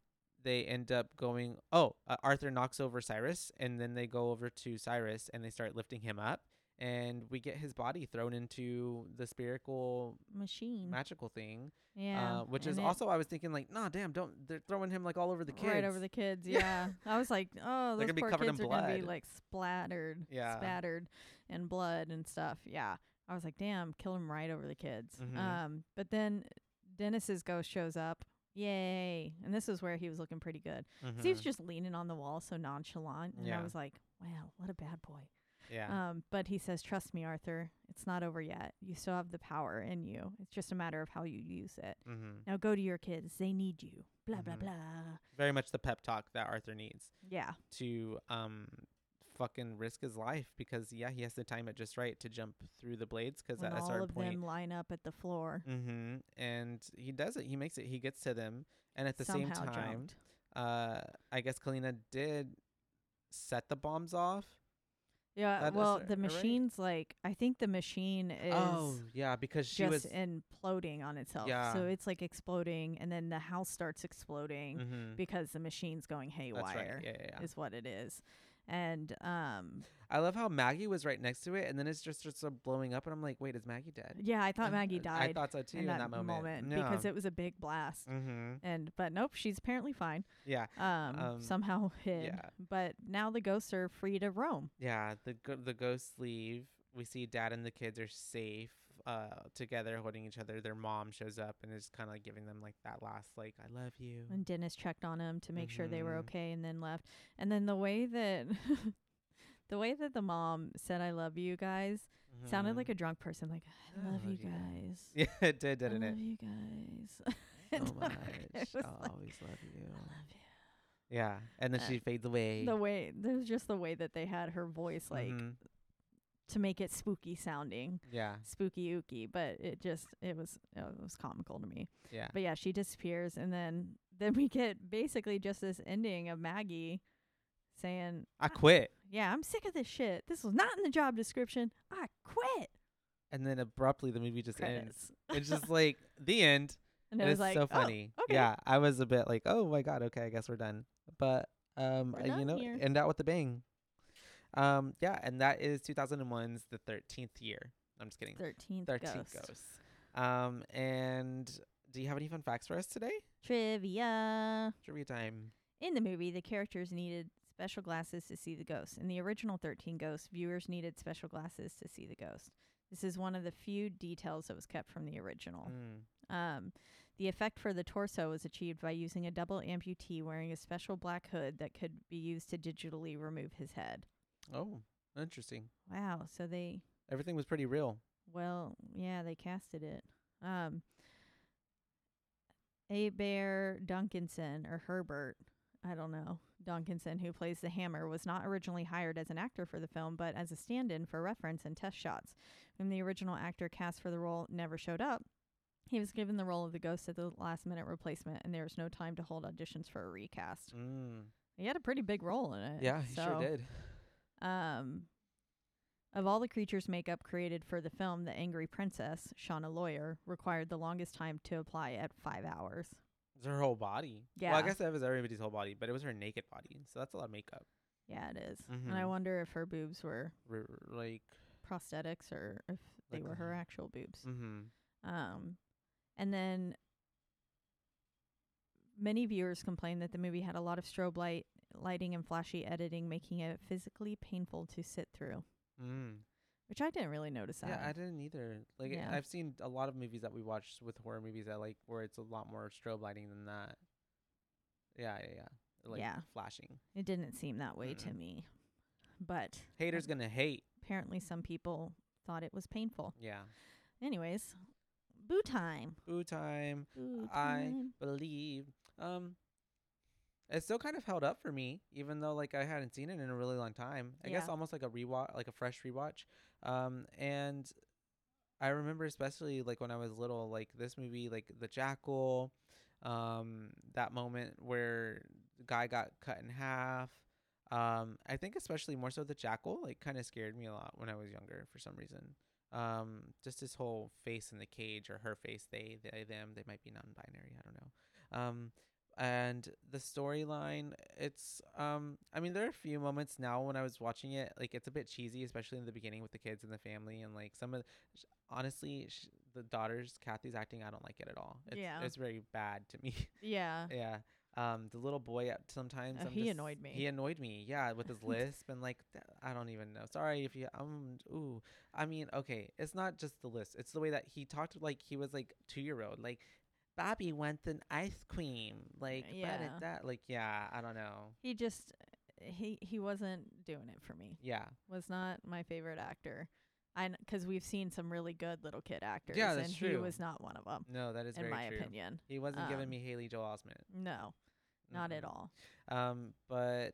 they end up going. Oh, uh, Arthur knocks over Cyrus, and then they go over to Cyrus and they start lifting him up. And we get his body thrown into the spherical
Machine.
magical thing
yeah.
uh, which is
and it-
also I was thinking like, nah, damn, don't they're throwing him like all over the kids,
Right over the kids,
Yeah.
yeah. I was like, oh,
They're gonna
those
be
poor
covered in
kids are gonna be
blood.
like splattered,
Yeah.
spattered in blood and stuff. Yeah, I was like, damn, kill him right over the kids.
Mhm.
Um, but then Dennis's ghost shows up. Yay! And this is where he was looking pretty good. 'Cause He was
Mhm.
just leaning on the wall, so nonchalant, and
Yeah.
I was like, wow, what a bad boy.
yeah,
Um, but he says, trust me, Arthur, it's not over yet. You still have the power in you. It's just a matter of how you use it.
hmm
Now go to your kids. They need you. Blah blah
Mhm.
blah.
very much the pep talk that Arthur needs
Yeah.
to um fucking risk his life because yeah, he has to time it just right to jump through the blades because
when
at a
all
certain
of
point,
them line up at the floor.
hmm and he does it, he makes it, he gets to them, and at the same
somehow
time,
jumped.
uh, I guess Kalina did set the bombs off.
Yeah,
that is
well,
a-
the
a right.
machine's like I think the machine is
oh yeah, because she
just
was.
imploding on itself.
Yeah.
So it's like exploding, and then the house starts exploding
Mhm.
because the machine's going haywire.
That's right. Yeah, yeah, yeah.
Is what it is, and um,
I love how Maggie was right next to it, and then it's just just uh, blowing up, and I'm like, wait, is Maggie dead?
yeah, I thought
Uh,
Maggie
I
died
thought so too
in that,
moment,
because it was a big blast.
Mm-hmm.
And but nope, she's apparently fine.
Yeah,
Um,
Um,
somehow hid.
yeah.
But now the ghosts are free to roam.
yeah. The go- the ghosts leave. We see Dad and the kids are safe uh, together, holding each other. Their mom shows up and is kind of like giving them like that last like "I love you."
And Dennis checked on him to make sure they were
Mhm.
okay and then left. And then the way that the way that the mom said I love you guys sounded
Mhm.
like a drunk person like Mm-hmm. I love you guys.
Mm-hmm. Yeah, it did,
I
didn't
love
it?
you guys.
So
And
much.
I was
I'll
like,
Oh always love you.
I love you.
Yeah, and then
Uh,
she fades away.
The way there's just the way that they had her voice like
Mhm.
to make it spooky sounding.
yeah,
Spooky ooky, but it just it was it was comical to me.
yeah,
But yeah, she disappears and then then we get basically just this ending of Maggie saying
I quit.
Yeah, I'm sick of this shit. This was not in the job description. I quit.
And then abruptly, the movie just ends.
Credits.
It's just like the end.
and
And
it was
it's
like
so
oh,
funny.
okay.
Yeah, I was a bit like, oh my god, okay, I guess we're done. But um,
We're
uh, you
done
know,
here.
end out with a bang. Um, yeah, and that is 2001's the 13th year. I'm just kidding.
13th,
13th
ghost.
ghosts. Um, and do you have any fun facts for us today?
Trivia.
Trivia time.
In the movie, the characters needed special glasses to see the ghost. In the original 13 Ghosts, viewers needed special glasses to see the ghost. This is one of the few details that was kept from the original.
Mm.
Um, the effect for the torso was achieved by using a double amputee wearing a special black hood that could be used to digitally remove his head.
Oh, interesting.
Wow, so they
Everything was pretty real.
Well, yeah, they casted it. Um, Bear Duncanson or Herbert, I don't know, Duncanson, who plays the hammer, was not originally hired as an actor for the film, but as a stand in for reference and test shots. When the original actor cast for the role never showed up, he was given the role of the ghost at the last minute replacement, and there was no time to hold auditions for a recast.
Mm.
He had a pretty big role in it.
Yeah, he
so-
sure did.
um, Of all the creatures' makeup created for the film, The Angry Princess, Shauna Lawyer, required the longest time to apply at five hours.
It's her whole body. Well, I
Yeah.
guess that was everybody's whole body, but it was her naked body. So that's a lot of makeup.
Yeah, it is. And I
Mhm.
wonder if her boobs were
R- like,
prosthetics or if they
Like
were her
a-
actual boobs.
mm-hmm.
Um, and then many viewers complained that the movie had a lot of strobe light, lighting, and flashy editing, making it physically painful to sit through.
Mm.
Which I didn't really notice that.
Yeah, I didn't either. Like,
Yeah.
I've seen a lot of movies that we watched with horror movies that like where it's a lot more strobe lighting than that. Yeah, yeah, yeah. Like
Yeah.
flashing.
It didn't seem that way to
Mm-mm.
me. But
Haters gonna hate.
apparently, some people thought it was painful.
Yeah.
Anyways, boo time.
Ooh, time.
Boo
I-
time.
Believe. Um. It still kind of held up for me, even though like I hadn't seen it in a really long time. I guess
Yeah.
almost like a rewatch, like a fresh rewatch. Um, and I remember especially like when I was little, like this movie, like The Jackal, um, that moment where the guy got cut in half. Um, I think especially more so The Jackal, like kind of scared me a lot when I was younger for some reason. Um, just this whole face in the cage or her face, they, they, them, they might be non-binary. I don't know. Um, and the storyline it's um i mean there are a few moments now when i was watching it like it's a bit cheesy especially in the beginning with the kids and the family and like some of sh- honestly sh- the daughters kathy's acting i don't like it at all it's,
Yeah.
it's very bad to me
Yeah.
yeah um the little boy at sometimes
Oh,
I'm
he
just-
annoyed me.
he annoyed me yeah with his lisp and like th- i don't even know sorry if you um ooh i mean okay it's not just the lisp it's the way that he talked like he was like two year old like Bobby wants an ice cream, like yeah.
Uh, Yeah.
that, like yeah, I don't know,
He just he he wasn't doing it for me.
yeah,
Was not my favorite actor. I because we've seen some really good little kid actors.
Yeah, that's
and he
true.
was not one of them,
no, that is
in
very
my
true.
opinion.
He wasn't giving
Um,
me Haley Joel Osment,
No, not at
Mhm.
all.
Um, but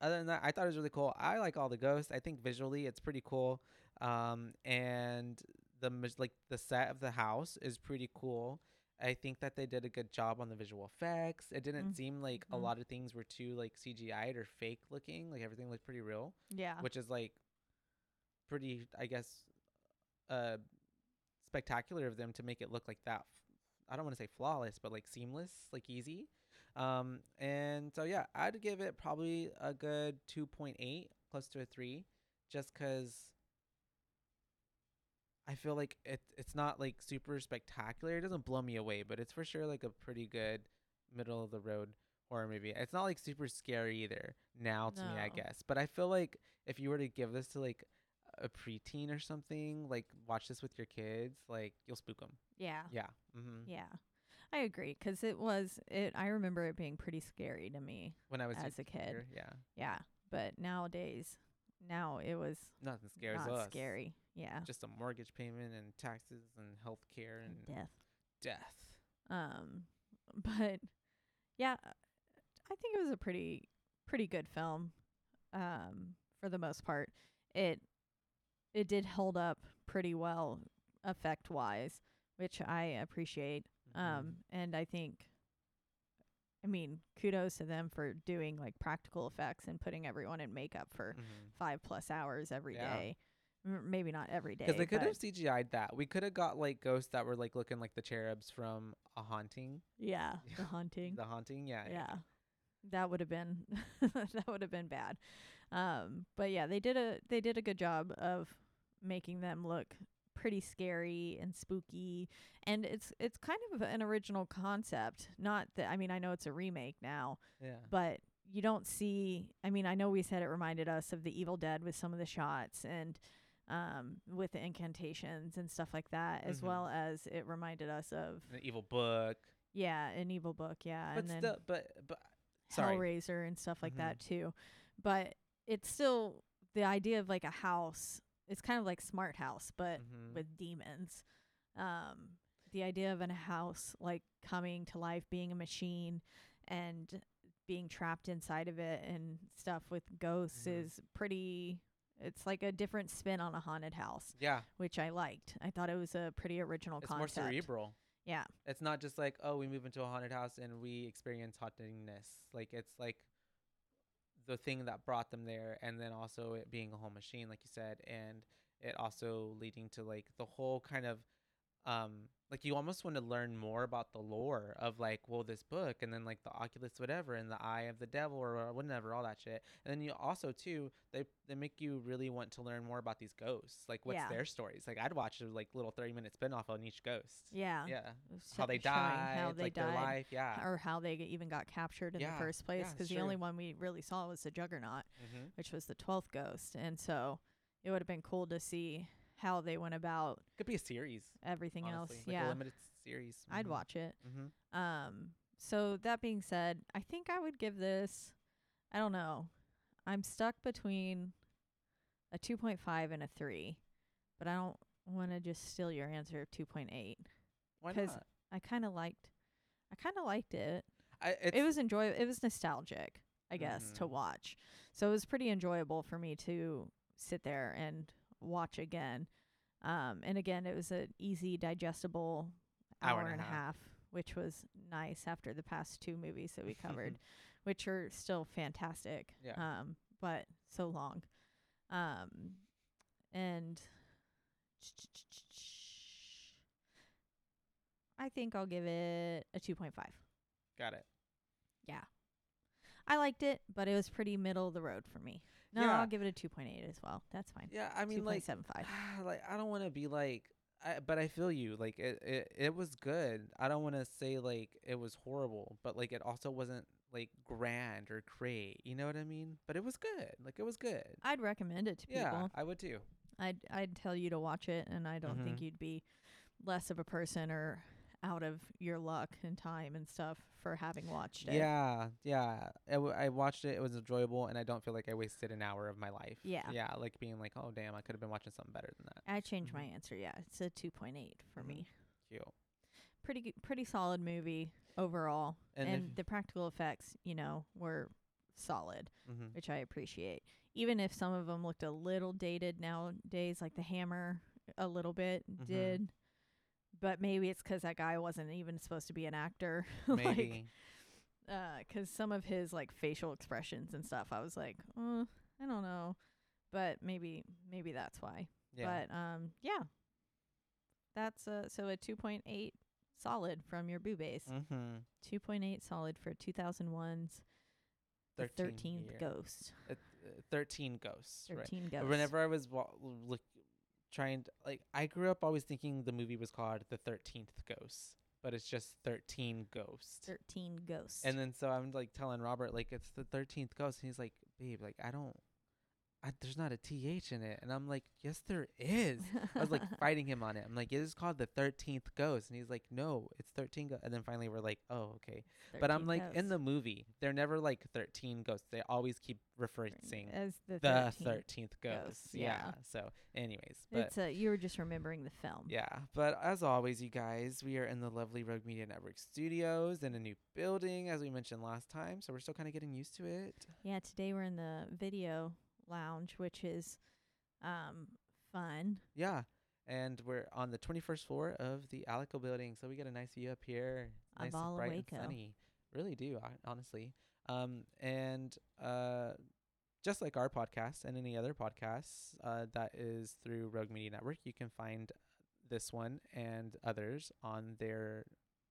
other than that, I thought it was really cool. I like all the ghosts. I think visually it's pretty cool. Um, and the mis- like the set of the house is pretty cool. I think that they did a good job on the visual effects. It didn't
Mm.
seem like a
Mhm.
lot of things were too like CGI'd or fake looking. Like everything looked pretty real.
Yeah.
which is like pretty, I guess, uh, spectacular of them to make it look like that. I don't want to say flawless, but like seamless, like easy. Um, and so yeah, I'd give it probably a good two point eight, close to a three, just 'cause I feel like it. It's not like super spectacular. It doesn't blow me away, but it's for sure like a pretty good middle of the road horror movie. It's not like super scary either now to me, I
No.
guess. But I feel like if you were to give this to like a preteen or something, like watch this with your kids, like you'll spook 'em.
yeah.
Yeah. Mm-hmm.
Oh. Yeah. I agree, 'cause it was it. I remember it being pretty scary to me
When I was
as a
younger,
kid.
yeah,
Yeah, but nowadays, now it was
nothing scares
not
us.
scary. Yeah,
Just a mortgage payment and taxes and healthcare and
and death.
death.
Um, but yeah, I think it was a pretty pretty good film. Um, for the most part, it it did hold up pretty well effect wise, which I appreciate.
Mm-hmm.
Um, and I think, I mean, kudos to them for doing like practical effects and putting everyone in makeup for
Mm-hmm.
five plus hours every day.
Yeah.
M- Maybe not every day.
Because they could
but
have CGI'd that. We could have got like ghosts that were like looking like the cherubs from A Haunting.
Yeah,
Yeah.
the haunting.
The Haunting, yeah.
yeah, that would have been that would have been bad. Um, but yeah, they did a they did a good job of making them look pretty scary and spooky and it's it's kind of an original concept not that i mean i know it's a remake now
Yeah.
but you don't see i mean i know we said it reminded us of the evil dead with some of the shots and um with the incantations and stuff like that as
Mhm.
well as it reminded us of
An evil book.
yeah an evil book yeah
But
and then
still, but, but, sorry.
hellraiser and stuff like
Mhm.
that too but it's still the idea of like a house it's kind of like smart house but
Mhm.
with demons um the idea of an house like coming to life being a machine and being trapped inside of it and stuff with ghosts
Mhm.
is pretty it's like a different spin on a haunted house
yeah.
which i liked i thought it was a pretty original
It's
concept
more cerebral.
Yeah.
It's not just like, oh, we move into a haunted house and we experience hauntingness. Like, it's like the thing that brought them there, and then also it being a whole machine, like you said, and it also leading to like the whole kind of um like you almost want to learn more about the lore of like well this book and then like the oculus whatever and the eye of the devil or whatever all that shit and then you also too they they make you really want to learn more about these ghosts like what's
Yeah.
their stories like i'd watch a like little 30 minute spin-off on each ghost
Yeah.
yeah
It's
how
sho-
they
showing
died
how they
like
died,
their life yeah
or how they g- even got captured in
Yeah,
the first place.
yeah, it's
Because the only
true.
one we really saw was the Juggernaut,
mm-hmm.
which was the twelfth ghost, and so it would have been cool to see how they went about
could be a series
everything
honestly.
else.
like a
yeah,
limited series
I'd watch it.
mm-hmm.
Um, so that being said, I think I would give this. I don't know. I'm stuck between a 2.5 and a three, but I don't want to just steal your answer of 2.8.
why
'Cause
not
I kind of liked. I kind of liked it.
I, it's,
it was enjoyable. It was nostalgic, I guess, to
Mhm.
watch. So it was pretty enjoyable for me to sit there and watch again. Um, and again, it was an easy, digestible hour, and a half. which was nice after the past two movies that we covered, which are still fantastic.
Yeah.
Um, but so long. Um, and I think I'll give it a 2.5.
got it
I liked it, but it was pretty middle of the road for me. No,
Yeah.
I'll give it a 2.8 as well. That's fine.
yeah i mean like
2.75.
like I don't want to be like, I, but I feel you. Like it, it, it was good. I don't want to say like it was horrible, but like it also wasn't like grand or great. You know what I mean? But it was good. Like it was good.
I'd recommend it to people.
Yeah, I would too.
I'd I'd tell you to watch it, and I don't think
Mhm.
you'd be less of a person or out of your luck and time and stuff for having watched it.
Yeah, yeah. I, w- I watched it. It was enjoyable, and I don't feel like I wasted an hour of my life.
Yeah.
yeah. Like being like, oh damn, I could have been watching something better than that.
I changed
Mhm.
my answer. Yeah, it's a 2.8 for
Mhm.
me.
Cute.
Pretty g- pretty solid movie overall,
And
and,
if-
the practical effects, you know, were solid,
Mm-hmm.
which I appreciate. Even if some of them looked a little dated nowadays, like the hammer, a little bit
Mhm.
did. But maybe it's 'cause that guy wasn't even supposed to be an actor. like,
Mm-hmm. Maybe.
because some of his like facial expressions and stuff, I was like, uh, I don't know, but maybe maybe that's why.
yeah.
But um, yeah, that's uh so a two point eight solid from your boo base.
mm-hmm.
Two point eight solid for two thousand one's the thirteenth ghost.
uh, Thirteen ghosts. Right.
Thirteen ghosts.
Whenever I was wa- look, trying to, like, I grew up always thinking the movie was called The Thirteenth Ghost, but it's just Thirteen Ghosts.
thirteen ghosts.
And then so I'm like telling Robert like it's the Thirteenth Ghost, and he's like, "Babe, like I don't, I, there's not a th in it," and I'm like, "Yes, there is." I was like fighting him on it. I'm like, "It is called the Thirteenth Ghost," and he's like, "No, it's thirteen go-" And then finally we're like, "Oh, okay." But I'm
13
like, in
ghosts.
the movie, they're never like thirteen ghosts. They always keep referencing
as the,
the
13th.
thirteenth ghost.
Ghost,
Yeah.
uh, yeah.
So, anyways, but
It's a, you were just remembering the film.
yeah. But as always, you guys, we are in the lovely Rogue Media Network studios in a new building, as we mentioned last time. So we're still kind of getting used to it.
Yeah, today we're in the video lounge, which is um fun.
Yeah. And we're on the 21st floor of the Alico building, so we get a nice view up here. It's
Of
nice
all
and
of
bright
Waco.
and sunny. Really do, hon- honestly. Um, and uh, just like our podcast and any other podcasts uh, that is through Rogue Media Network, you can find this one and others on their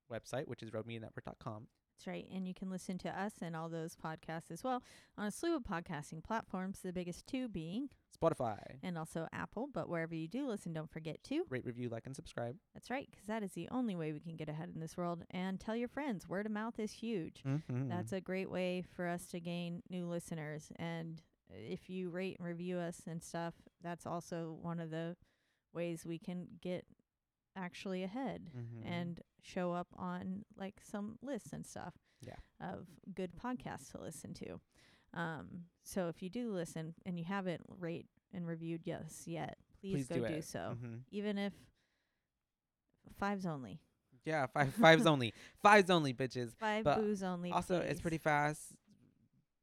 website, which is roguemedianetwork.com.
That's right. And you can listen to us and all those podcasts as well on a slew of podcasting platforms, the biggest two being
Spotify.
and also Apple. But wherever you do listen, don't forget to.
Rate, review, like, and subscribe.
That's right, 'cause that is the only way we can get ahead in this world. And tell your friends. Word of mouth is huge.
Mm-hmm.
That's a great way for us to gain new listeners. And uh, if you rate and review us and stuff, that's also one of the ways we can get actually ahead
Mhm.
and show up on like some lists and stuff
Yeah.
of good podcasts to listen to. Um, so if you do listen and you haven't rate and reviewed yes yet, please, go do,
it.
so.
Mhm.
Even if fives only,
Yeah, five, fives only. Fives only, bitches.
five
But
boos only.
also it's
please.
pretty fast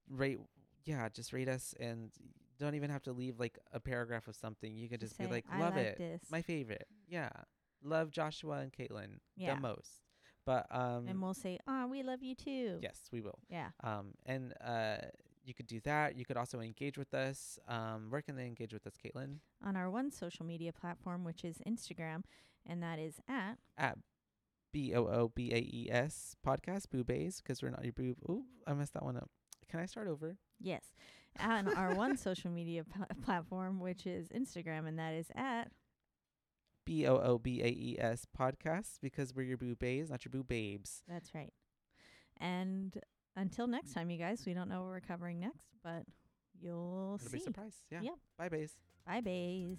rate yeah just rate us and don't even have to leave like a paragraph of something you can just be
say,
like
"I
love
like
it
This.
my favorite yeah love joshua and caitlin
Yeah.
the most but um
and we'll say, "Ah, we love you too."
yes we will
Yeah.
um and uh you could do that. You could also engage with us. Um, where can they engage with us, Caitlin?
on our one social media platform, which is Instagram, and that is at
At B O O B A E S podcast, Boo Bays, because we're not your boob. Ooh, I messed that one up. Can I start over?
yes, on our one social media pla- platform, which is Instagram, and that is at
B O O B A E S podcast, because we're your Boo Bays, not your Boo Babes.
that's right. And until next time, you guys, we don't know what we're covering next, but you'll
It'll be a
see.
surprise. Yeah.
Yep.
Bye, Bays.
Bye, bays.